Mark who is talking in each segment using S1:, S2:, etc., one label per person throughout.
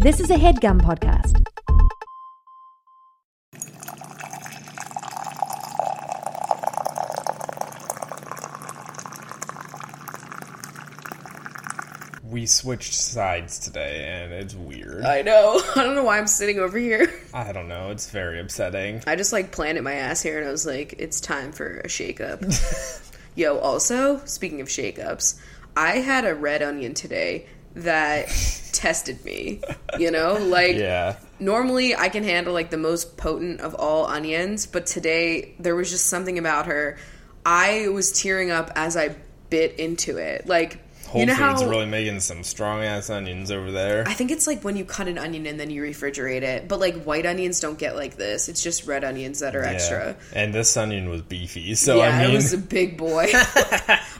S1: This is a headgum podcast.
S2: We switched sides today, and it's weird.
S3: I know. I don't know why I'm sitting over here.
S2: I don't know. It's very upsetting.
S3: I just like planted my ass here and I was like, it's time for a shake up. Yo, also, speaking of shake ups, I had a red onion today that tested me. You know? Like,
S2: Yeah.
S3: normally I can handle like the most potent of all onions, but today there was just something about her. I was tearing up as I bit into it. Like,
S2: Whole
S3: you know
S2: Foods
S3: how
S2: really making some strong ass onions over there.
S3: I think it's like when you cut an onion and then you refrigerate it, but like white onions don't get like this. It's just red onions that are
S2: Yeah.
S3: extra.
S2: And this onion was beefy, so
S3: yeah,
S2: I mean,
S3: it was a big boy.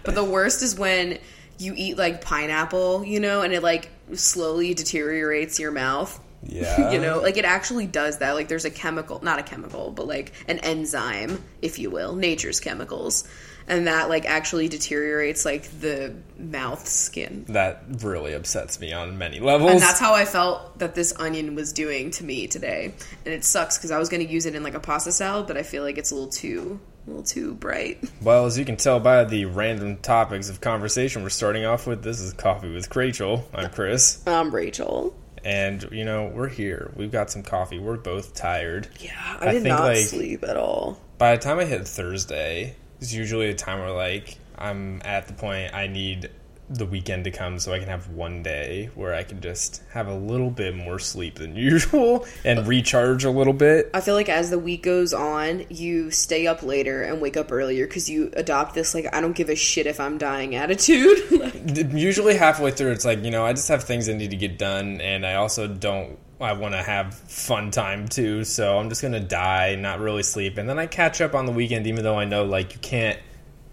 S3: but the worst is when you eat like pineapple, you know, and it like slowly deteriorates your mouth.
S2: yeah,
S3: You know, like it actually does that. Like there's a chemical, not a chemical, but like an enzyme, if you will, nature's chemicals. And that like actually deteriorates like the mouth skin.
S2: that really upsets me on many levels.
S3: And that's how I felt that this onion was doing to me today. And it sucks because I was going to use it in like a pasta salad, but I feel like it's a little too, a little too bright.
S2: well, as you can tell by the random topics of conversation we're starting off with, this is Coffee with Rachel. I'm Chris,
S3: Um, Rachel.
S2: and you know we're here. We've got some coffee. We're both tired.
S3: Yeah,
S2: I did think, not like-
S3: sleep at all.
S2: By the time I hit Thursday, it's usually a time where like I'm at the point I need the weekend to come so I can have one day where I can just have a little bit more sleep than usual and recharge a little bit.
S3: I feel like as the week goes on, you stay up later and wake up earlier because you adopt this like I don't give a shit if I'm dying attitude. Like,
S2: Usually halfway through it's like, you know, I just have things I need to get done and I also don't I want to have fun time too, so I'm just going to die, not really sleep. And then I catch up on the weekend even though I know like you can't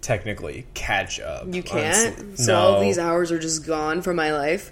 S2: technically catch up.
S3: you
S2: on
S3: can't.
S2: sleep.
S3: So all
S2: No.
S3: of these hours are just gone from my life.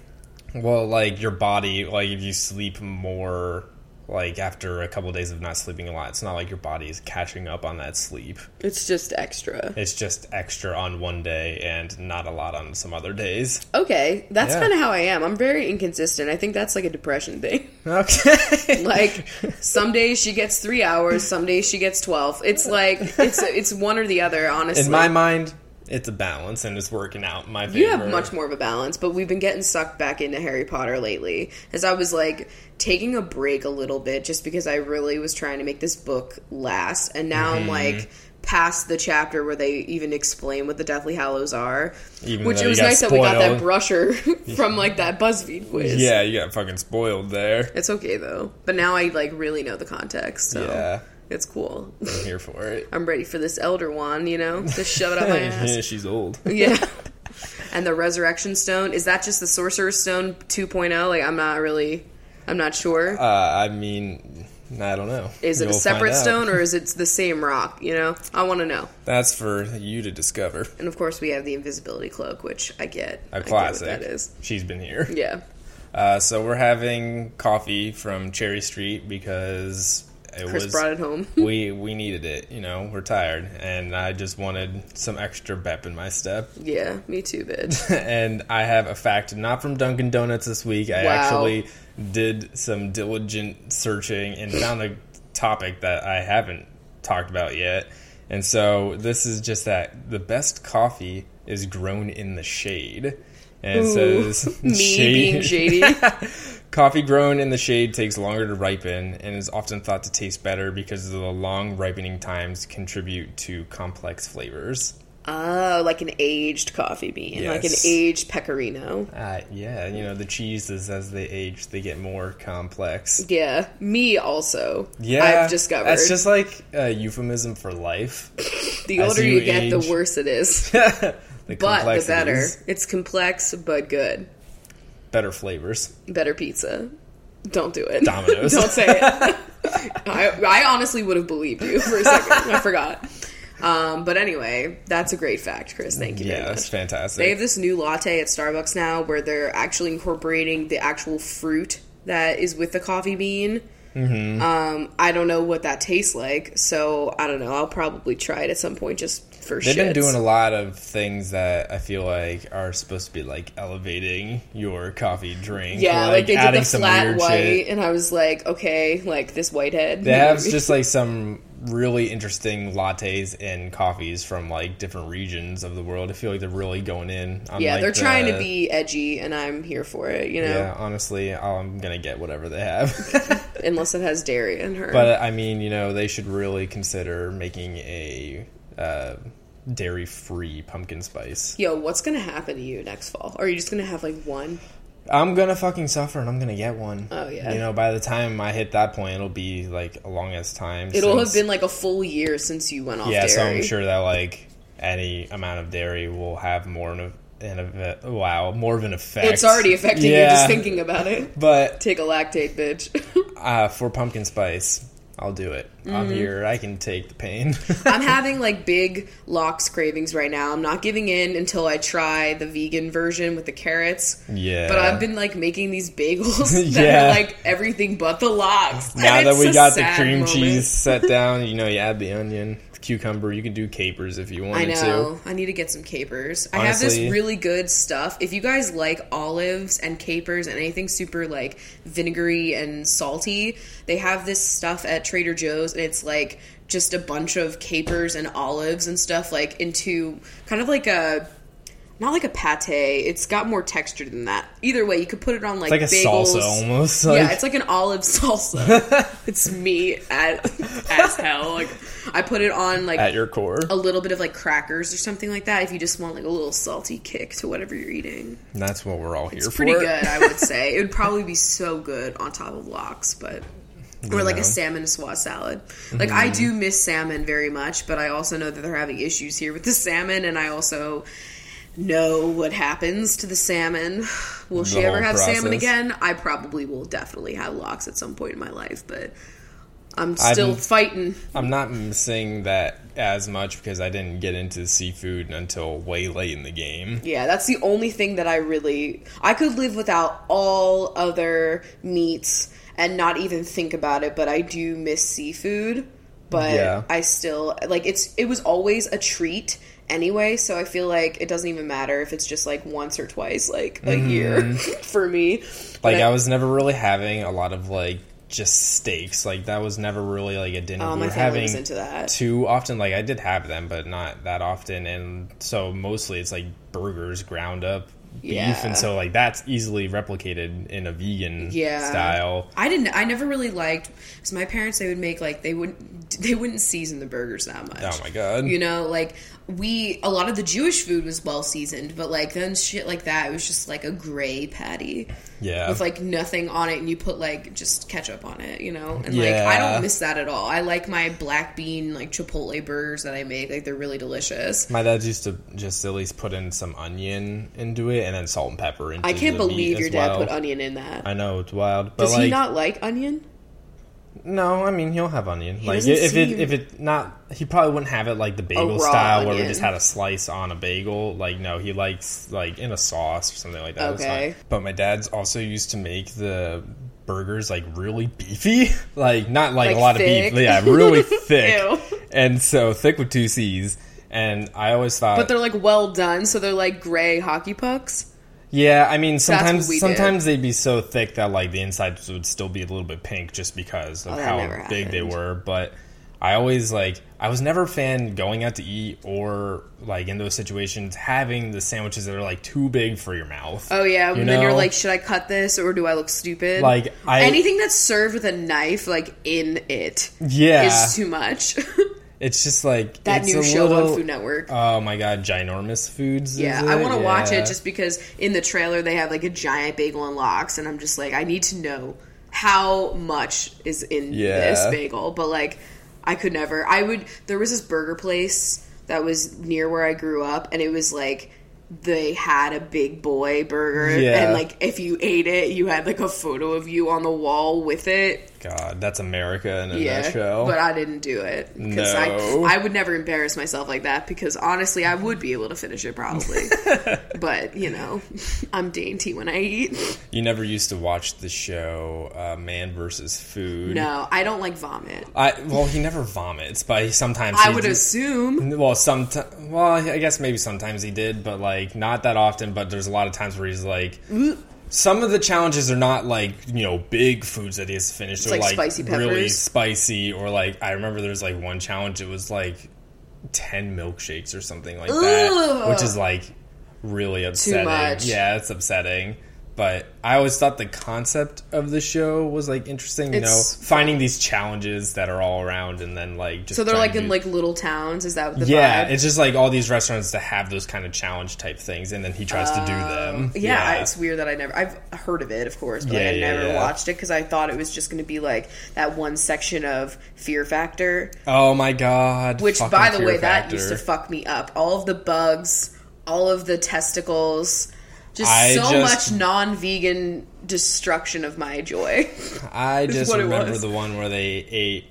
S2: Well, like your body, like if you sleep more, like after a couple days of not sleeping a lot, it's not like your body is catching up on that sleep.
S3: It's just extra.
S2: It's just extra on one day and not a lot on some other days.
S3: Okay, that's
S2: Yeah.
S3: kind of how I am. I'm very inconsistent. I think that's like a depression thing.
S2: Okay.
S3: Like some days she gets three hours, some days she gets twelve. It's like it's it's one or the other. Honestly,
S2: In my mind, it's a balance and it's working out in my favor.
S3: you have much more of a balance, but we've been getting sucked back into Harry Potter lately. As I was like taking a break a little bit, just because I really was trying to make this book last, and now
S2: Mm-hmm.
S3: I'm like past the chapter where they even explain what the Deathly Hallows are.
S2: Even
S3: which
S2: though
S3: it
S2: you
S3: was
S2: got
S3: nice that we got that
S2: spoiled.
S3: brusher from like that BuzzFeed quiz.
S2: Yeah, you got fucking spoiled there.
S3: It's okay though. But now I like really know the context, so
S2: Yeah.
S3: it's cool.
S2: I'm here for it.
S3: I'm ready for this elder one, you know? Just shove it up my
S2: yeah,
S3: ass.
S2: she's old.
S3: yeah. And the resurrection stone, is that just the sorcerer's stone 2.0? Like I'm not really I'm not sure.
S2: Uh, I mean, I don't know.
S3: is it
S2: You'll
S3: a separate
S2: find out.
S3: stone or is it the same rock, you know? I want to know.
S2: That's for you to discover.
S3: And of course we have the invisibility cloak, which I get. I
S2: A
S3: get
S2: classic.
S3: what that is.
S2: She's been here.
S3: Yeah.
S2: Uh, so we're having coffee from Cherry Street because it
S3: Chris
S2: was
S3: brought it home.
S2: we we needed it. You know, we're tired, and I just wanted some extra bep in my step.
S3: yeah, me too, bitch.
S2: and I have a fact not from Dunkin' Donuts this week. I
S3: Wow.
S2: actually did some diligent searching and found a topic that I haven't talked about yet. And so this is just that the best coffee is grown in the shade. And it says
S3: Me being shady.
S2: Coffee grown in the shade takes longer to ripen and is often thought to taste better because the long ripening times contribute to complex flavors.
S3: Oh, like an aged coffee bean, like an
S2: Yes.
S3: aged pecorino.
S2: Uh, yeah, you know, the cheeses as they age, they get more complex.
S3: Yeah, me also.
S2: Yeah.
S3: I've discovered
S2: That's just like a euphemism for life.
S3: the
S2: as
S3: older
S2: you
S3: you, get,
S2: age-
S3: the worse it is,
S2: the
S3: but the
S2: complexities,
S3: better. It's complex but good.
S2: Better flavors.
S3: Better pizza. Don't do it.
S2: Domino's.
S3: Don't say it. I, I honestly would have believed you for a second. I forgot. Um, but anyway, that's a great fact, Chris. Thank you
S2: Yeah,
S3: very
S2: that's
S3: much.
S2: fantastic.
S3: They have this new latte at Starbucks now where they're actually incorporating the actual fruit that is with the coffee bean.
S2: Mm-hmm.
S3: Um, I don't know what that tastes like, so I don't know. I'll probably try it at some point just for
S2: They've been
S3: shits.
S2: doing a lot of things that I feel like are supposed to be like elevating your coffee drink.
S3: yeah, like, they did
S2: adding
S3: the
S2: some
S3: flat
S2: weird
S3: white,
S2: shit.
S3: and I was like, okay, like this whitehead.
S2: They have just like some really interesting lattes and coffees from like different regions of the world. I feel like they're really going in. On,
S3: yeah,
S2: like,
S3: they're trying to
S2: the-
S3: be edgy, and I'm here for it. You know,
S2: Yeah, honestly, I'm gonna get whatever they have.
S3: unless it has dairy in her.
S2: But I mean, you know, they should really consider making a uh, dairy-free pumpkin spice.
S3: Yo, what's gonna happen to you next fall? Are you just gonna have like one?
S2: I'm gonna fucking suffer, and I'm gonna get one.
S3: Oh, yeah.
S2: You know, by the time I hit that point, it'll be like a long as time.
S3: It'll
S2: since-
S3: have been like a full year since you went off
S2: Yeah,
S3: dairy.
S2: so I'm sure that like any amount of dairy will have more of an ev- wow more of an effect.
S3: It's already affecting you
S2: Yeah.
S3: just thinking about it.
S2: But
S3: Take a lactate, bitch.
S2: uh, for pumpkin spice, I'll do it.
S3: Mm-hmm.
S2: I'm here. I can take the pain.
S3: I'm having like big lox cravings right now. I'm not giving in until I try the vegan version with the carrots.
S2: yeah.
S3: But I've been like making these bagels that
S2: Yeah.
S3: are like everything but the lox.
S2: now
S3: And
S2: that
S3: it's
S2: we
S3: a
S2: got the
S3: sad
S2: cream
S3: moment.
S2: cheese set down, you know, you add the onion, cucumber. You can do capers if you
S3: I
S2: wanted
S3: know. I need to get some capers. I have
S2: Honestly-
S3: this really good stuff. If you guys like olives and capers and anything super like vinegary and salty, they have this stuff at Trader Joe's and it's like just a bunch of capers and olives and stuff like into kind of like a not like a pate. It's got more texture than that. Either way, you could put it on like,
S2: like a
S3: bagels.
S2: salsa almost,
S3: yeah,
S2: like-
S3: it's like an olive salsa. it's me at, as hell. Like I put it on like
S2: to at your core.
S3: a little bit of like crackers or something like that if you just want like a little salty kick to whatever you're eating.
S2: And that's what we're all here
S3: It's
S2: for.
S3: pretty good, I would say. it would probably be so good on top of lox, but or like
S2: Yeah. Mm-hmm.
S3: a salmon swa salad. Like I do miss salmon very much, but I also know that they're having issues here with the salmon and I also know what happens to the salmon. Will she
S2: The
S3: ever
S2: whole
S3: have salmon
S2: process.
S3: again? I probably will definitely have lox at some point in my life, but I'm
S2: I've-
S3: still fighting.
S2: I'm not missing that as much because I didn't get into seafood until way late in the game.
S3: Yeah, that's the only thing that I really I could live without all other meats and not even think about it, but I do miss seafood, but
S2: Yeah.
S3: I still like it's it was always a treat anyway, so I feel like it doesn't even matter if it's just like once or twice like a year for me.
S2: Mm-hmm. Like
S3: But
S2: I was never really having a lot of like just steaks. Like that was never really like a dinner
S3: Oh,
S2: we
S3: my
S2: were
S3: family
S2: having
S3: was into that.
S2: too often. Like I did have them, but not that often. And so mostly it's like burgers, ground up beef,
S3: Yeah.
S2: and so like that's easily replicated in a vegan
S3: Yeah.
S2: style.
S3: I didn't I never really liked cuz my parents they would make like they wouldn't they wouldn't season the burgers that much.
S2: Oh my god!
S3: You know, like we a lot of the Jewish food was well seasoned, but like then shit like that, it was just like a gray patty
S2: yeah,
S3: with like nothing on it, and you put like just ketchup on it. You know, and like I
S2: Yeah.
S3: don't miss that at all. I like my black bean like Chipotle burgers that I make; like they're really delicious.
S2: My dad used to just at least put in some onion into it and then salt and pepper into
S3: I can't
S2: the meat
S3: believe your
S2: as
S3: dad
S2: well.
S3: put onion in that.
S2: I know it's wild, but
S3: Does
S2: like
S3: he not like onion?
S2: no, I mean he'll have onion. like
S3: doesn't
S2: if it
S3: seem-
S2: if it not, he probably wouldn't have it like the bagel
S3: raw
S2: style where we
S3: onion.
S2: just had a slice on a bagel. Like no, he likes like in a sauce or something like that. It's
S3: Okay.
S2: fine. but my dad's also used to make the burgers like really beefy, like not like,
S3: Like
S2: a lot
S3: thick?
S2: of beef, yeah, really thick,
S3: Ew.
S2: and so thick with two C's. And I always thought,
S3: But they're like well done, so they're like gray hockey pucks.
S2: Yeah, I mean
S3: what we
S2: sometimes
S3: did.
S2: sometimes they'd be so thick that like the insides would still be a little bit pink just because of
S3: Oh, that
S2: how
S3: never
S2: big they
S3: happened.
S2: were. But I always like I was never a fan going out to eat or like in those situations having the sandwiches that are like too big for your mouth.
S3: Oh yeah,
S2: You
S3: and then you're
S2: know?
S3: like, should I cut this or do I look stupid?
S2: Like, I-
S3: anything that's served with a knife, like in it,
S2: yeah,
S3: is too much.
S2: it's just like
S3: that
S2: it's
S3: new
S2: a
S3: show
S2: little-
S3: on Food Network.
S2: Oh my god, ginormous foods.
S3: yeah,
S2: is
S3: I want to watch
S2: Yeah.
S3: it just because in the trailer they have like a giant bagel and lox, and I'm just like, I need to know how much is in
S2: Yeah.
S3: this bagel. But like, I could never. I would. There was this burger place that was near where I grew up, and it was like they had a big boy burger
S2: Yeah.
S3: and like if you ate it you had like a photo of you on the wall with it
S2: God, that's America in a
S3: yeah
S2: nutshell.
S3: but i didn't do it because
S2: No.
S3: I, I would never embarrass myself like that because honestly i would be able to finish it probably but you know i'm dainty when i eat
S2: you never used to watch the show uh, Man versus Food.
S3: no i don't like vomit
S2: I well, he never vomits, but he sometimes
S3: i
S2: he
S3: would
S2: do-
S3: assume
S2: Well, some well, I guess maybe sometimes he did, but like not that often. But there's a lot of times where he's like, some of the challenges are not like you know big foods that he has to finish. They're
S3: like spicy
S2: really
S3: peppers.
S2: spicy, or like I remember there was like one challenge. It was like ten milkshakes or something like that,
S3: Ugh.
S2: which is like really upsetting.
S3: much.
S2: Yeah, it's upsetting. But I always thought the concept of the show was like interesting. You know,
S3: It's-
S2: finding these challenges that are all around, and then like just
S3: so they're
S2: trying
S3: like
S2: to
S3: in
S2: do-
S3: like little towns is that the
S2: yeah,
S3: vibe
S2: it's just like all these restaurants that have those kind of challenge type things, and then he tries to do them.
S3: Oh, Yeah, it's weird that I never. I've heard of it, of course, but like,
S2: Yeah,
S3: I
S2: yeah,
S3: never
S2: yeah.
S3: watched it because I thought it was just going to be like that one section of Fear Factor,
S2: oh my god!
S3: which,
S2: fucking
S3: by the
S2: Fear
S3: way, that
S2: Factor.
S3: used to fuck me up. All of the bugs, all of the testicles, just
S2: I
S3: so
S2: just-
S3: much non-vegan destruction of my joy.
S2: I just
S3: what it
S2: remember
S3: was.
S2: the one where they ate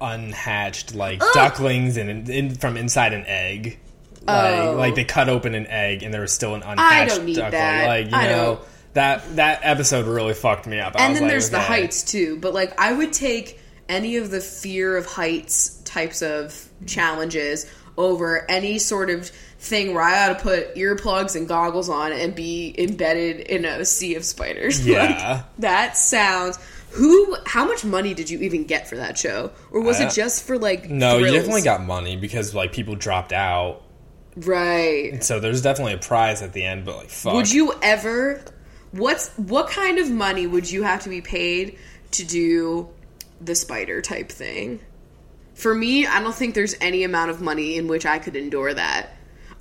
S2: unhatched like ducklings and in, from inside an egg. Like,
S3: Oh.
S2: like they cut open an egg and there was still an unhatched
S3: don't need
S2: duckling.
S3: that.
S2: Like you
S3: I
S2: know
S3: don't-
S2: that that episode really fucked me up. I
S3: and
S2: was
S3: then
S2: like,
S3: there's the
S2: okay.
S3: heights too. But like, I would take any of the fear of heights types of challenges over any sort of thing where I ought to put earplugs and goggles on and be embedded in a sea of spiders.
S2: Yeah.
S3: like, that sounds. Who? How much money did you even get for that show, or was
S2: I-
S3: it just for like?
S2: No,
S3: thrills?
S2: you definitely got money because like people dropped out,
S3: right.
S2: so there's definitely a prize at the end. But like, fuck.
S3: Would you ever? What's what kind of money would you have to be paid to do the spider type thing? For me, I don't think there's any amount of money in which I could endure that,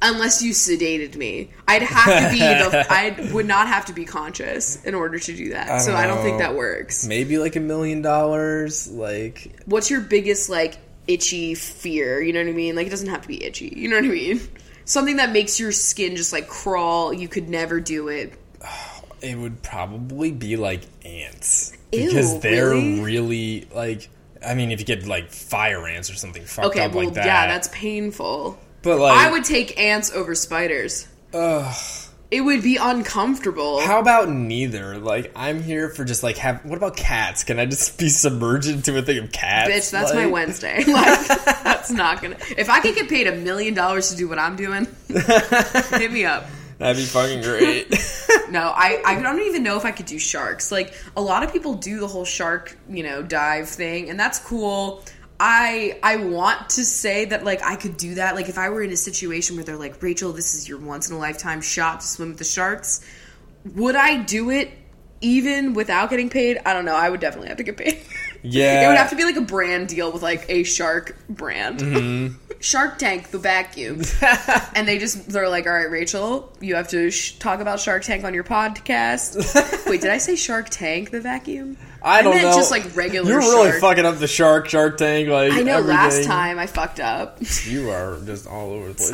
S3: unless you sedated me. I'd have to be the I would not have to be conscious in order to do that. so I don't think
S2: know.
S3: that works.
S2: maybe like a million dollars like
S3: What's your biggest like itchy fear? You know what I mean? Like it doesn't have to be itchy. You know what I mean? Something that makes your skin just like crawl. You could never do it.
S2: it would probably be like ants
S3: Ew,
S2: because they're
S3: really?
S2: really? like i mean if you get like fire ants or something fucked
S3: Okay,
S2: up
S3: well,
S2: like that
S3: yeah, that's painful.
S2: but like
S3: I would take ants over spiders.
S2: ugh.
S3: It would be uncomfortable.
S2: how about neither like i'm here for just like have what about cats can i just be submerged into a thing of cats
S3: Bitch, that's my
S2: Like,
S3: Wednesday. Like, that's not gonna. If I could get paid a million dollars to do what I'm doing, hit me up.
S2: that'd be fucking great
S3: No, I, I don't even know if I could do sharks. Like, a lot of people do the whole shark, you know, dive thing, and that's cool. I I want to say that like I could do that. Like if I were in a situation where they're like, Rachel, this is your once in a lifetime shot to swim with the sharks, would I do it even without getting paid? I don't know. I would definitely have to get paid.
S2: yeah
S3: It would have to be like a brand deal with like a shark brand.
S2: Mm-hmm.
S3: Shark Tank, the vacuum. and they just, they're like, all right, Rachel, you have to sh- talk about Shark Tank on your podcast. Wait, did I say Shark Tank, the vacuum?
S2: I don't
S3: meant
S2: know.
S3: just like regular
S2: You're really
S3: shark.
S2: fucking up the shark, Shark Tank. Like
S3: I know last
S2: everything.
S3: time I fucked up.
S2: you are just all over the place.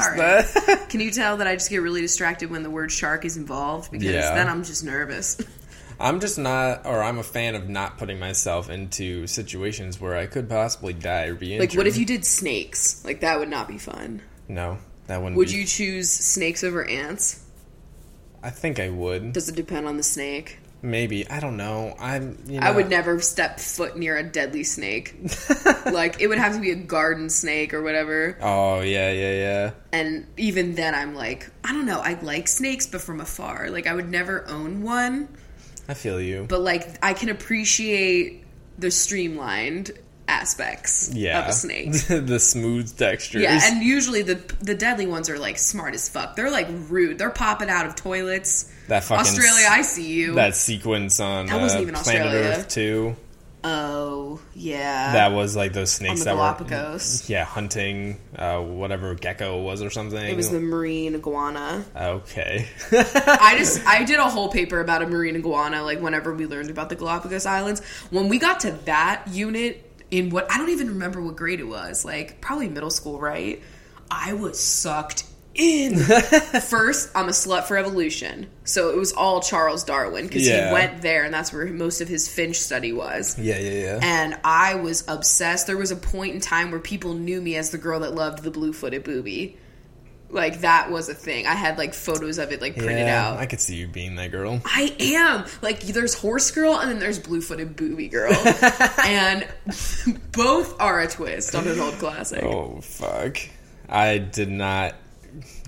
S3: Sorry. Can you tell that I just get really distracted when the word shark is involved? Because
S2: Yeah.
S3: then I'm just nervous.
S2: I'm just not, or I'm a fan of not putting myself into situations where I could possibly die or be injured.
S3: like, what if you did snakes? Like, that would not be fun.
S2: No, that wouldn't.
S3: Would
S2: be-
S3: you choose snakes over ants?
S2: I think I would.
S3: Does it depend on the snake?
S2: Maybe I don't know. I'm. You know,
S3: I would never step foot near a deadly snake. like it would have to be a garden snake or whatever.
S2: Oh yeah, yeah, yeah.
S3: And even then I'm like, I don't know, I like snakes but from afar. Like I would never own one,
S2: I feel you.
S3: but like I can appreciate the streamlined aspects
S2: yeah,
S3: of a snake.
S2: the smooth textures.
S3: Yeah, and usually the the deadly ones are like smart as fuck. They're like rude. They're popping out of toilets.
S2: that fucking
S3: Australia,
S2: s-
S3: I see you.
S2: that sequence on
S3: That wasn't
S2: uh,
S3: even
S2: Planet
S3: Australia.
S2: Earth Two.
S3: oh, yeah.
S2: That was like those
S3: on
S2: snakes
S3: the
S2: that were
S3: Galapagos.
S2: yeah hunting uh, whatever gecko was or something.
S3: It was the marine iguana.
S2: okay.
S3: I just I did a whole paper about a marine iguana. Like whenever we learned about the Galapagos Islands, when we got to that unit in what I don't even remember what grade it was. Like probably middle school, right? I was sucked in. First, I'm a slut for evolution. So it was all Charles Darwin because
S2: Yeah.
S3: he went there and that's where most of his Finch study was.
S2: Yeah, yeah, yeah.
S3: And I was obsessed. There was a point in time where people knew me as the girl that loved the blue footed booby. Like that was a thing. I had like photos of it like printed
S2: yeah,
S3: out.
S2: I could see you being that girl.
S3: I am like there's horse girl and then there's blue footed booby girl, and both are a twist on an old classic.
S2: Oh fuck! I did not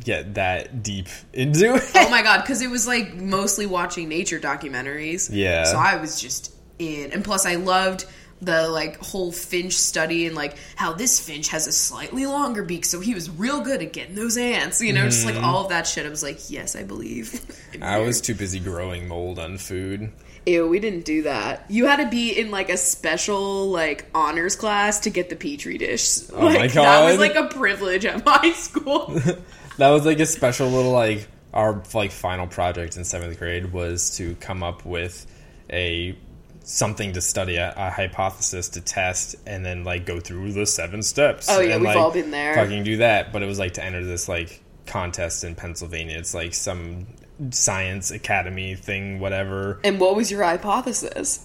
S2: get that deep into it.
S3: Oh my god, because it was like mostly watching nature documentaries.
S2: Yeah.
S3: So I was just in, and plus I loved the like whole finch study and like how this finch has a slightly longer beak, so he was real good at getting those ants. You know, just like all of that shit. I was like, yes, I believe.
S2: Mm-hmm. I was too busy growing mold on food.
S3: Ew, we didn't do that. You had to be in like a special like honors class to get the petri dish. Oh
S2: my
S3: like, That was
S2: God.
S3: like a privilege at my school.
S2: That was like a special little like our like final project in seventh grade was to come up with a something to study a, a hypothesis to test and then like go through the seven steps.
S3: Oh, yeah,
S2: and,
S3: we've
S2: like,
S3: all been there.
S2: Fucking do that, but it was like to enter this like contest in Pennsylvania. It's like some science academy thing, whatever.
S3: and what was your hypothesis?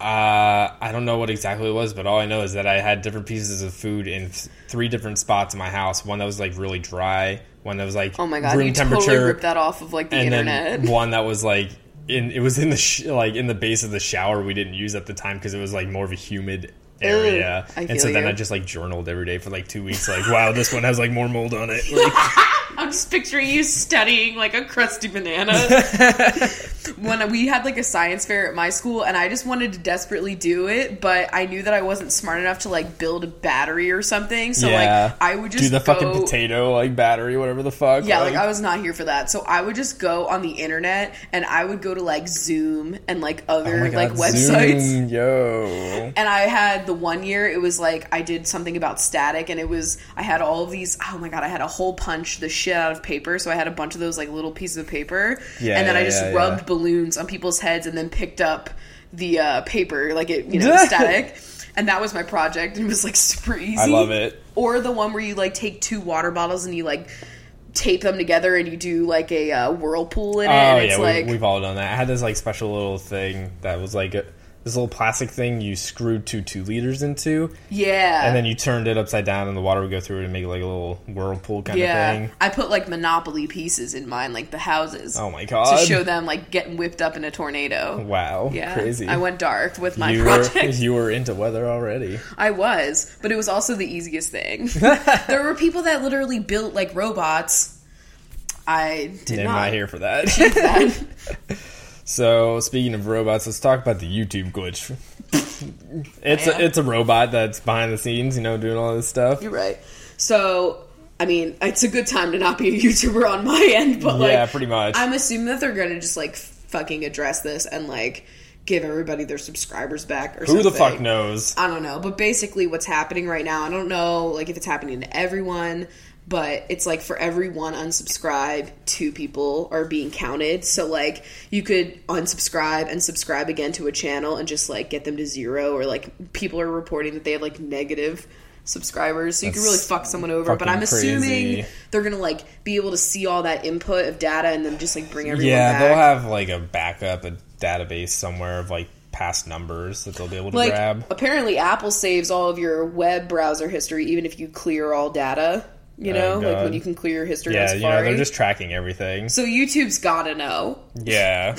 S2: Uh, I don't know what exactly it was, but all I know is that I had different pieces of food in th- three different spots in my house. One that was like really dry, one that was like
S3: Oh my god,
S2: room
S3: you
S2: temperature,
S3: totally ripped that off of like the
S2: and
S3: internet.
S2: then one that was like in it was in the sh- like in the base of the shower we didn't use at the time because it was like more of a humid area,
S3: I
S2: and so
S3: feel
S2: then
S3: you.
S2: I just like journaled every day for like two weeks. Like, wow, this one has like more mold on it. Like,
S3: I'm just picturing you studying like a crusty banana. when we had like a science fair at my school, and I just wanted to desperately do it, but I knew that I wasn't smart enough to like build a battery or something. So
S2: yeah,
S3: like I would just
S2: do the
S3: go,
S2: fucking potato like battery, whatever the fuck.
S3: Yeah, like I was not here for that. So I would just go on the internet and I would go to like Zoom and like
S2: Oh
S3: other
S2: my
S3: like
S2: God,
S3: websites.
S2: Zoom, yo.
S3: And I had the one year it was like I did something about static and it was I had all of these oh my god, I had a hole punch the shit out of paper, so I had a bunch of those like little pieces of paper.
S2: Yeah,
S3: and then I
S2: yeah,
S3: just
S2: yeah,
S3: rubbed
S2: yeah.
S3: balloons on people's heads and then picked up the uh, paper, like it you know, the static. And that was my project and it was like super easy.
S2: I love it.
S3: Or the one where you like take two water bottles and you like tape them together and you do like a uh, whirlpool in it
S2: Oh
S3: and
S2: yeah,
S3: it's
S2: we,
S3: like
S2: we've all done that. I had this like special little thing that was like a, this little plastic thing you screwed two two liters into,
S3: yeah
S2: and then you turned it upside down, and the water would go through it and make like a little whirlpool kind
S3: Yeah,
S2: of thing.
S3: I put like Monopoly pieces in mine, like the houses.
S2: Oh my
S3: To
S2: god!
S3: show them like getting whipped up in a tornado.
S2: wow,
S3: Yeah,
S2: crazy.
S3: I went dark with my
S2: you were
S3: project.
S2: you were into weather already.
S3: I was, but it was also the easiest thing. there were people that literally built like robots. I did
S2: I'm
S3: not.
S2: not here for that.
S3: that.
S2: so speaking of robots, let's talk about the YouTube glitch. it's
S3: Yeah.
S2: a, it's a robot that's behind the scenes, you know, doing all this stuff.
S3: You're right. So, I mean, it's a good time to not be a YouTuber on my end, but like,
S2: yeah, pretty much.
S3: I'm assuming that they're gonna just like fucking address this and like give everybody their subscribers back or
S2: Who
S3: something.
S2: the fuck knows?
S3: I don't know, but basically what's happening right now, I don't know like if it's happening to everyone, but it's like for every one unsubscribe, two people are being counted. So like you could unsubscribe and subscribe again to a channel and just like get them to zero or like people are reporting that they have like negative subscribers. So you can
S2: That's
S3: really fuck someone over, but
S2: fucking
S3: I'm assuming
S2: crazy.
S3: they're going to like be able to see all that input of data and then just like bring everyone
S2: Yeah,
S3: back.
S2: they'll have like a backup, a database somewhere of like past numbers that they'll be able to
S3: like
S2: grab.
S3: apparently apple saves all of your web browser history even if you clear all data you know
S2: Oh,
S3: like when
S2: God.
S3: you can clear your history on
S2: Yeah, you
S3: Safari.
S2: know, they're just tracking everything.
S3: so youtube's gotta know
S2: Yeah.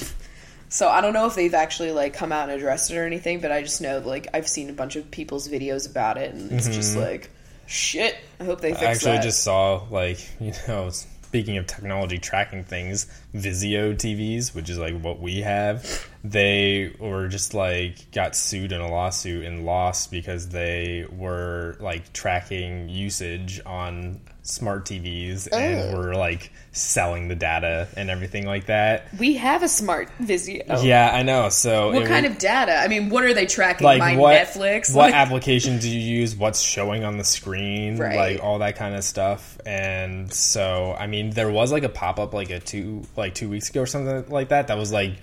S3: so i don't know if they've actually like come out and addressed it or anything but i just know like i've seen a bunch of people's videos about it and it's just like shit i hope they fix
S2: I Mm-hmm. actually
S3: that.
S2: just saw like, you know, speaking of technology tracking things, Vizio TVs, which is like what we have, they were just like got sued in a lawsuit and lost because they were like tracking usage on smart TVs
S3: Oh.
S2: and were like selling the data and everything like that.
S3: we have a smart vizio
S2: Yeah, I know. So
S3: Oh. what kind of data i mean what are they tracking
S2: like
S3: my
S2: what
S3: netflix
S2: what
S3: Like-
S2: application do you use? What's showing on the screen?
S3: Right.
S2: Like all that kind of stuff. And so, I mean, there was like a pop up like a two like two weeks ago or something like that. That was like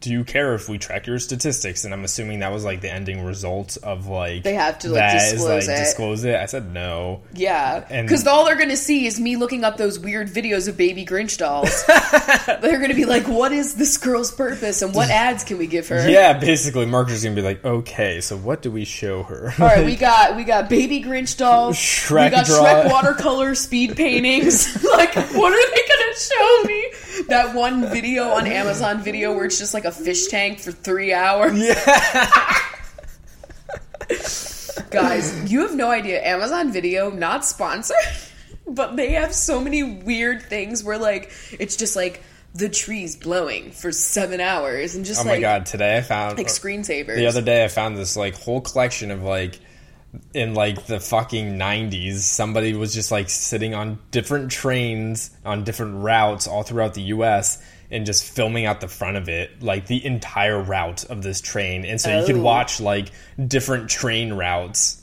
S2: do you care if we track your statistics? And I'm assuming that was like the ending result of like
S3: They have to, like,
S2: that is,
S3: disclose it.
S2: disclose it. I said no.
S3: Yeah,
S2: And-
S3: because all they're gonna see is me looking up those weird videos of baby Grinch dolls. they're gonna be like, "What is this girl's purpose, and what ads can we give her?"
S2: Yeah, basically, marketers gonna be like, okay, so what do we show her?
S3: All right, we got we got baby Grinch dolls.
S2: Shrek
S3: we got
S2: draw-
S3: Shrek watercolor speed paintings. like, what are they gonna show me? That one video on Amazon Video where it's just like a fish tank for three hours. Guys, you have no idea. Amazon Video not sponsored, but they have so many weird things where like it's just like the trees blowing for seven hours and just
S2: oh my
S3: like
S2: god! Today I found
S3: like screensavers.
S2: the other day I found this like whole collection of like in like the fucking 90s somebody was just like sitting on different trains on different routes all throughout the US and just filming out the front of it like the entire route of this train and so you could
S3: Oh.
S2: watch like different train routes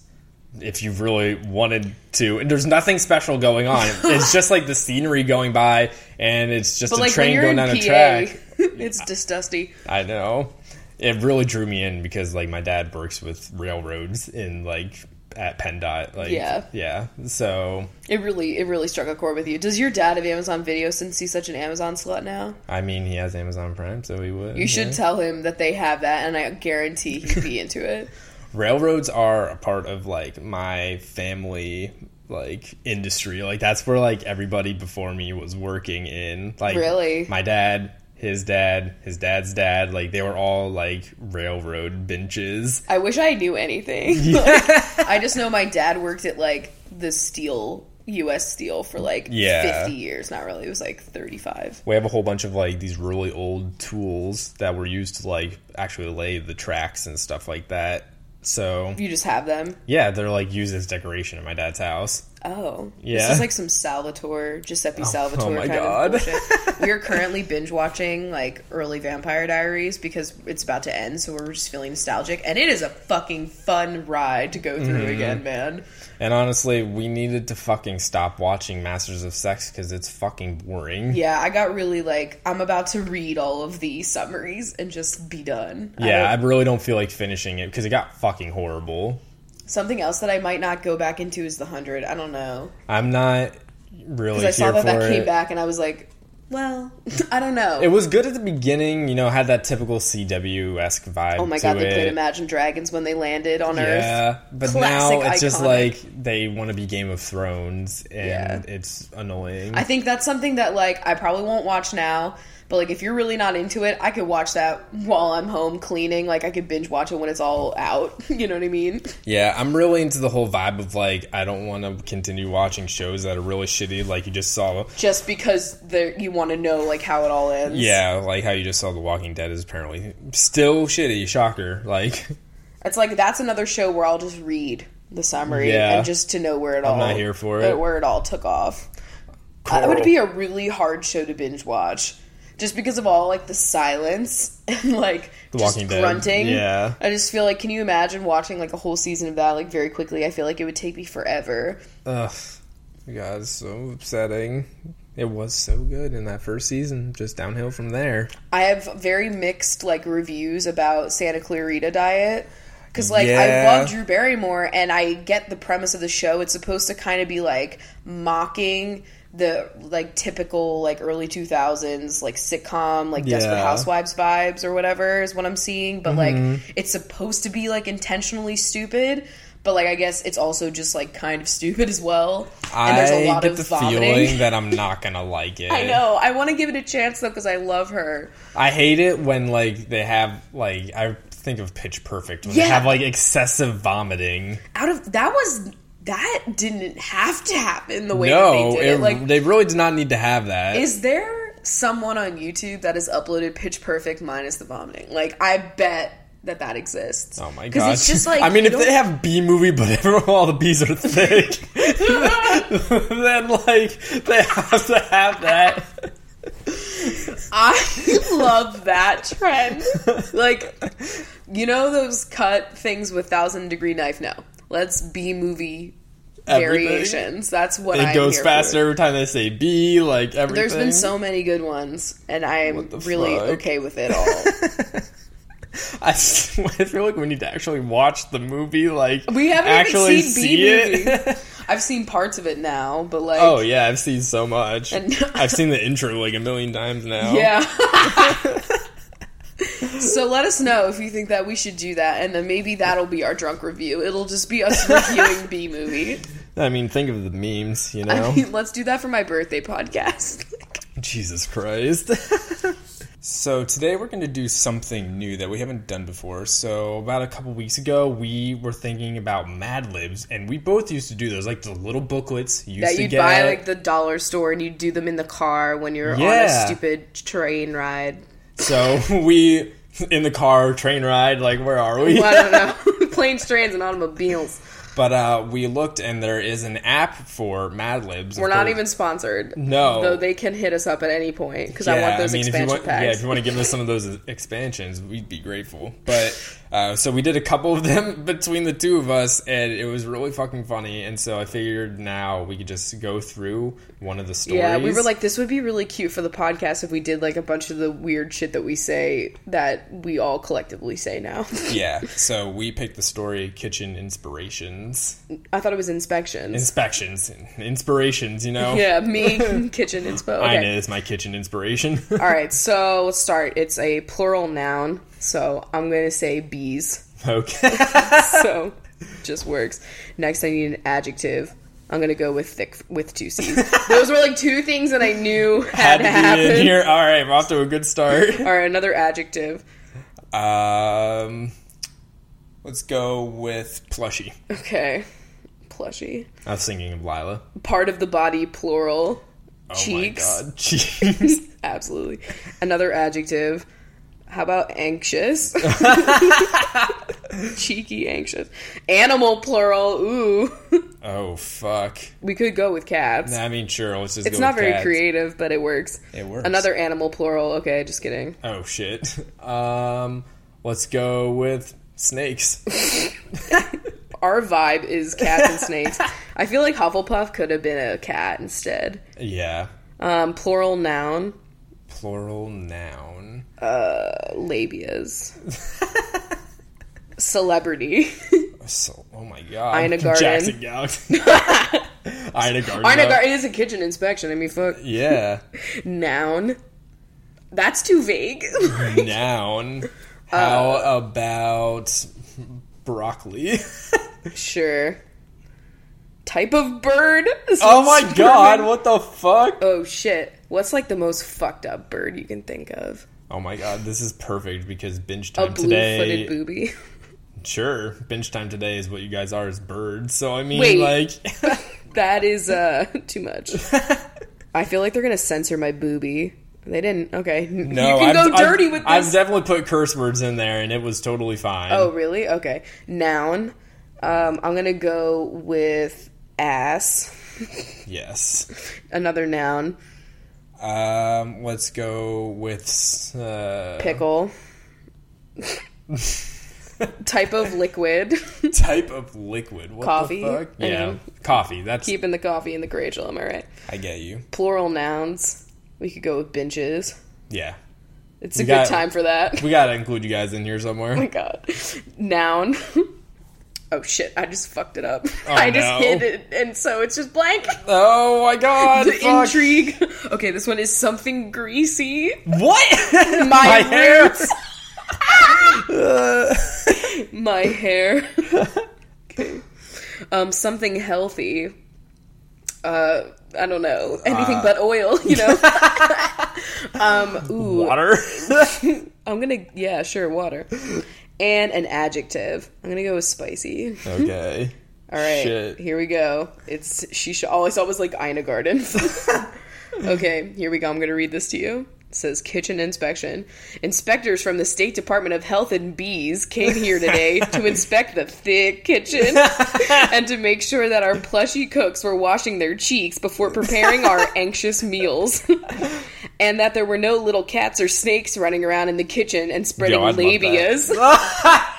S2: if you really wanted to and there's nothing special going on it's just like the scenery going by and it's just
S3: but
S2: a
S3: like when
S2: train
S3: you're
S2: going
S3: in
S2: down
S3: PA,
S2: a track
S3: it's just dusty.
S2: I know. It really drew me in because like my dad works with railroads in like at PennDOT. Like
S3: Yeah.
S2: yeah. So
S3: It really, it really struck a chord with you. Does your dad have Amazon Video since he's such an Amazon slut now?
S2: I mean he has Amazon Prime, so he would.
S3: You should
S2: yeah.
S3: tell him that they have that, and I guarantee he'd be into it.
S2: railroads are a part of like my family like industry. Like that's where like everybody before me was working in. Like
S3: Really?
S2: my dad his dad, his dad's dad, like they were all like railroad benches.
S3: I wish I knew anything. Like, I just know my dad worked at like the steel, U.S. Steel, for like
S2: Yeah.
S3: fifty years. Not really. It was like thirty-five.
S2: We have a whole bunch of like these really old tools that were used to like actually lay the tracks and stuff like that. So
S3: You just have them.
S2: yeah, they're like used as decoration in my dad's house.
S3: Oh,
S2: Yeah. Oh,
S3: This is like some Salvatore, Giuseppe Salvatore
S2: my
S3: kind
S2: God.
S3: of bullshit. we are currently binge watching like early Vampire Diaries because it's about to end, so we're just feeling nostalgic, and it is a fucking fun ride to go
S2: Mm-hmm.
S3: through again, man.
S2: And honestly, we needed to fucking stop watching Masters of Sex because it's fucking boring.
S3: Yeah, I got really like I'm about to read all of the summaries and just be done. I
S2: Yeah,
S3: don't-
S2: I really don't feel like finishing it because it got fucking horrible.
S3: something else that I might not go back into is the hundred. I don't know
S2: I'm not really
S3: because
S2: here
S3: I saw that
S2: for
S3: that
S2: it.
S3: came back, and I was like, well, I don't know.
S2: It was good at the beginning, you know, had that typical CW esque vibe.
S3: oh my
S2: to
S3: god, they
S2: it.
S3: played Imagine Dragons when they landed on Earth.
S2: Yeah, but
S3: Classic,
S2: now it's just
S3: iconic.
S2: like they want to be Game of Thrones, and
S3: Yeah.
S2: it's annoying.
S3: I think that's something that like I probably won't watch now. But like if you're really not into it, I could watch that while I'm home cleaning. Like I could binge watch it when it's all out. you know what I mean?
S2: yeah, I'm really into the whole vibe of like I don't want to continue watching shows that are really shitty. Like you just saw,
S3: Just because there you want to know like how it all ends.
S2: yeah, like how you just saw The Walking Dead is apparently still shitty. Shocker! Like
S3: It's like that's another show where I'll just read the summary
S2: Yeah.
S3: and just to know where it all uh,
S2: not here for it.
S3: where it all took off. Uh, It would be a really hard show to binge watch. Just because of all like the silence and like the just
S2: Walking Dead,
S3: grunting.
S2: yeah.
S3: I just feel like can you imagine watching like a whole season of that like very quickly? I feel like it would take me forever.
S2: Ugh. God, it's so upsetting. It was so good in that first season, just downhill from there.
S3: I have very mixed like reviews about Santa Clarita Diet because like
S2: Yeah.
S3: I love Drew Barrymore and I get the premise of the show. It's supposed to kind of be like mocking the like typical like early 2000s like sitcom like desperate
S2: Yeah. Mm-hmm.
S3: housewives vibes or whatever is what i'm seeing but like it's supposed to be like intentionally stupid but like i guess it's also just like kind of stupid as well and there's
S2: I
S3: a lot
S2: get
S3: of
S2: the
S3: vomiting
S2: feeling that I'm not gonna like it.
S3: i know i want to give it a chance though because i love her
S2: I hate it when like they have like I think of Pitch Perfect when they
S3: Yeah.
S2: have like excessive vomiting.
S3: out of that was that didn't have to happen the way
S2: no,
S3: that they
S2: they,
S3: did it. Like,
S2: they really did not need to have that.
S3: is there someone on YouTube that has uploaded Pitch Perfect minus the vomiting? Like, I bet that that exists.
S2: oh my
S3: 'Cause
S2: god!
S3: it's just like
S2: I mean,
S3: you
S2: if they
S3: don't-
S2: have B movie, but everyone, all the bees are thick, then like they have to have that.
S3: I love that trend. Like, you know those cut things with thousand degree knife? No, let's B movie
S2: Everything.
S3: variations. That's what
S2: It
S3: I'm
S2: goes
S3: here
S2: faster
S3: For.
S2: every time they say B. Like everything.
S3: There's been so many good ones, and I'm
S2: What the
S3: really
S2: fuck?
S3: okay with it all.
S2: I, s- I feel like we need to actually watch the movie. Like
S3: We haven't
S2: actually
S3: even seen
S2: see
S3: B
S2: it.
S3: movie. I've seen parts of it now, but like,
S2: oh yeah, I've seen so much.
S3: And-
S2: I've seen the intro like a million times now.
S3: Yeah. so let us know if you think that we should do that, and then maybe that'll be our drunk review. It'll just be us reviewing B movie.
S2: I mean, think of the memes. You know.
S3: I mean, let's do that for my birthday podcast.
S2: Jesus Christ. so today we're going to do something new that we haven't done before. So about a couple weeks ago, we were thinking about Mad Libs, and we both used to do those, like the little booklets you used
S3: that
S2: to
S3: you'd
S2: get.
S3: buy like the dollar store and you'd do them in the car when you're
S2: Yeah.
S3: on a stupid train ride.
S2: so we in the car, train ride, like where are we?
S3: Well, I don't know. Planes, trains, and automobiles.
S2: But uh, we looked, and there is an app for Mad Libs.
S3: We're
S2: Of
S3: not
S2: course-
S3: even sponsored.
S2: No.
S3: Though they can hit us up at any point because I
S2: Yeah,
S3: want those expansion
S2: if you want,
S3: packs.
S2: Yeah, if you want to give us some of those expansions, we'd be grateful. But uh, so we did a couple of them between the two of us, and it was really fucking funny. And so I figured now we could just go through one of the stories.
S3: Yeah, we were like, this would be really cute for the podcast if we did like a bunch of the weird shit that we say that we all collectively say now.
S2: yeah. So we picked the story "Kitchen Inspirations,"
S3: I thought it was inspections.
S2: inspections, inspirations. You know,
S3: yeah, me kitchen inspo.
S2: I
S3: Okay.
S2: know it's my kitchen inspiration.
S3: All right, so let's start. It's a plural noun, so I'm gonna say bees.
S2: okay.
S3: so just works. Next, I need an adjective. I'm gonna go with thick with two C's. Those were like two things that I knew
S2: Had
S3: had,
S2: to
S3: to
S2: be in
S3: happen.
S2: here. All right, we're off to a good start.
S3: All right, another adjective.
S2: Um, let's go with plushie.
S3: Okay, plushy.
S2: I was thinking of Lila.
S3: Part of the body, plural.
S2: Oh
S3: Cheeks.
S2: my god, cheeks.
S3: Absolutely. Another adjective. How about anxious? Cheeky anxious. Animal plural. Ooh.
S2: oh fuck.
S3: We could go with cats.
S2: I mean, sure. Let's just.
S3: it's
S2: go
S3: not
S2: with
S3: very
S2: cats.
S3: creative, but it works.
S2: It works.
S3: Another animal plural. Okay, just kidding.
S2: Oh shit. Um, let's go with snakes.
S3: Our vibe is cats and snakes. I feel like Hufflepuff could have been a cat instead.
S2: yeah.
S3: Um, plural noun.
S2: Plural noun.
S3: Labias. Celebrity.
S2: So, oh my god.
S3: Ina Garten.
S2: Jackson Galaxy. Ina Garden.
S3: Arna Gar- it is a kitchen inspection. I mean, fuck.
S2: Yeah.
S3: Noun. That's too vague.
S2: noun. How
S3: Uh,
S2: about broccoli?
S3: sure. Type of bird.
S2: oh my god! What the fuck?
S3: Oh shit. What's like the most fucked up bird you can think of?
S2: Oh my god, this is perfect because binge
S3: A
S2: time
S3: blue-footed
S2: today.
S3: booby.
S2: Sure, binge time today is what you guys are as birds. So I mean,
S3: Wait.
S2: like,
S3: That is uh too much. I feel like they're gonna censor my booby. They didn't. Okay.
S2: no,
S3: you can
S2: I've,
S3: go dirty
S2: I've,
S3: with this.
S2: I've definitely put curse words in there, and it was totally fine.
S3: Oh, really? Okay. Noun. Um, I'm gonna go with ass.
S2: yes.
S3: Another noun.
S2: Um, let's go with uh,
S3: Pickle. Type of liquid.
S2: type of liquid. What
S3: Coffee,
S2: The fuck?
S3: I
S2: Yeah,
S3: mean.
S2: coffee. That's
S3: Keeping the coffee in the Rachel, am I right?
S2: I get you.
S3: Plural nouns. We could go with benches.
S2: Yeah,
S3: It's
S2: We
S3: a good
S2: got-
S3: time for that.
S2: we gotta include you guys in here somewhere.
S3: Oh my god. Noun. Oh shit, I just fucked it up. I just
S2: Oh, no.
S3: hid it, and so it's just blank.
S2: oh my god!
S3: The
S2: fuck.
S3: intrigue. Okay, this one is something greasy.
S2: What?
S3: My,
S2: My hair.
S3: roots. My hair. Okay. Um, something healthy. Uh, I don't know.
S2: Uh,
S3: Anything but oil, you know? um, ooh.
S2: Water.
S3: I'm gonna, yeah, sure, water. And an adjective. I'm gonna go with spicy.
S2: okay.
S3: All right,
S2: Shit.
S3: here we go. It's shisha. All I saw was like Ina Garden. okay, here we go. I'm gonna read this to you. It says kitchen inspection. Inspectors from the State Department of Health and Bees came here today to inspect the thick kitchen and to make sure that our plushy cooks were washing their cheeks before preparing our anxious meals. and that there were no little cats or snakes running around in the kitchen and spreading
S2: I'd love that.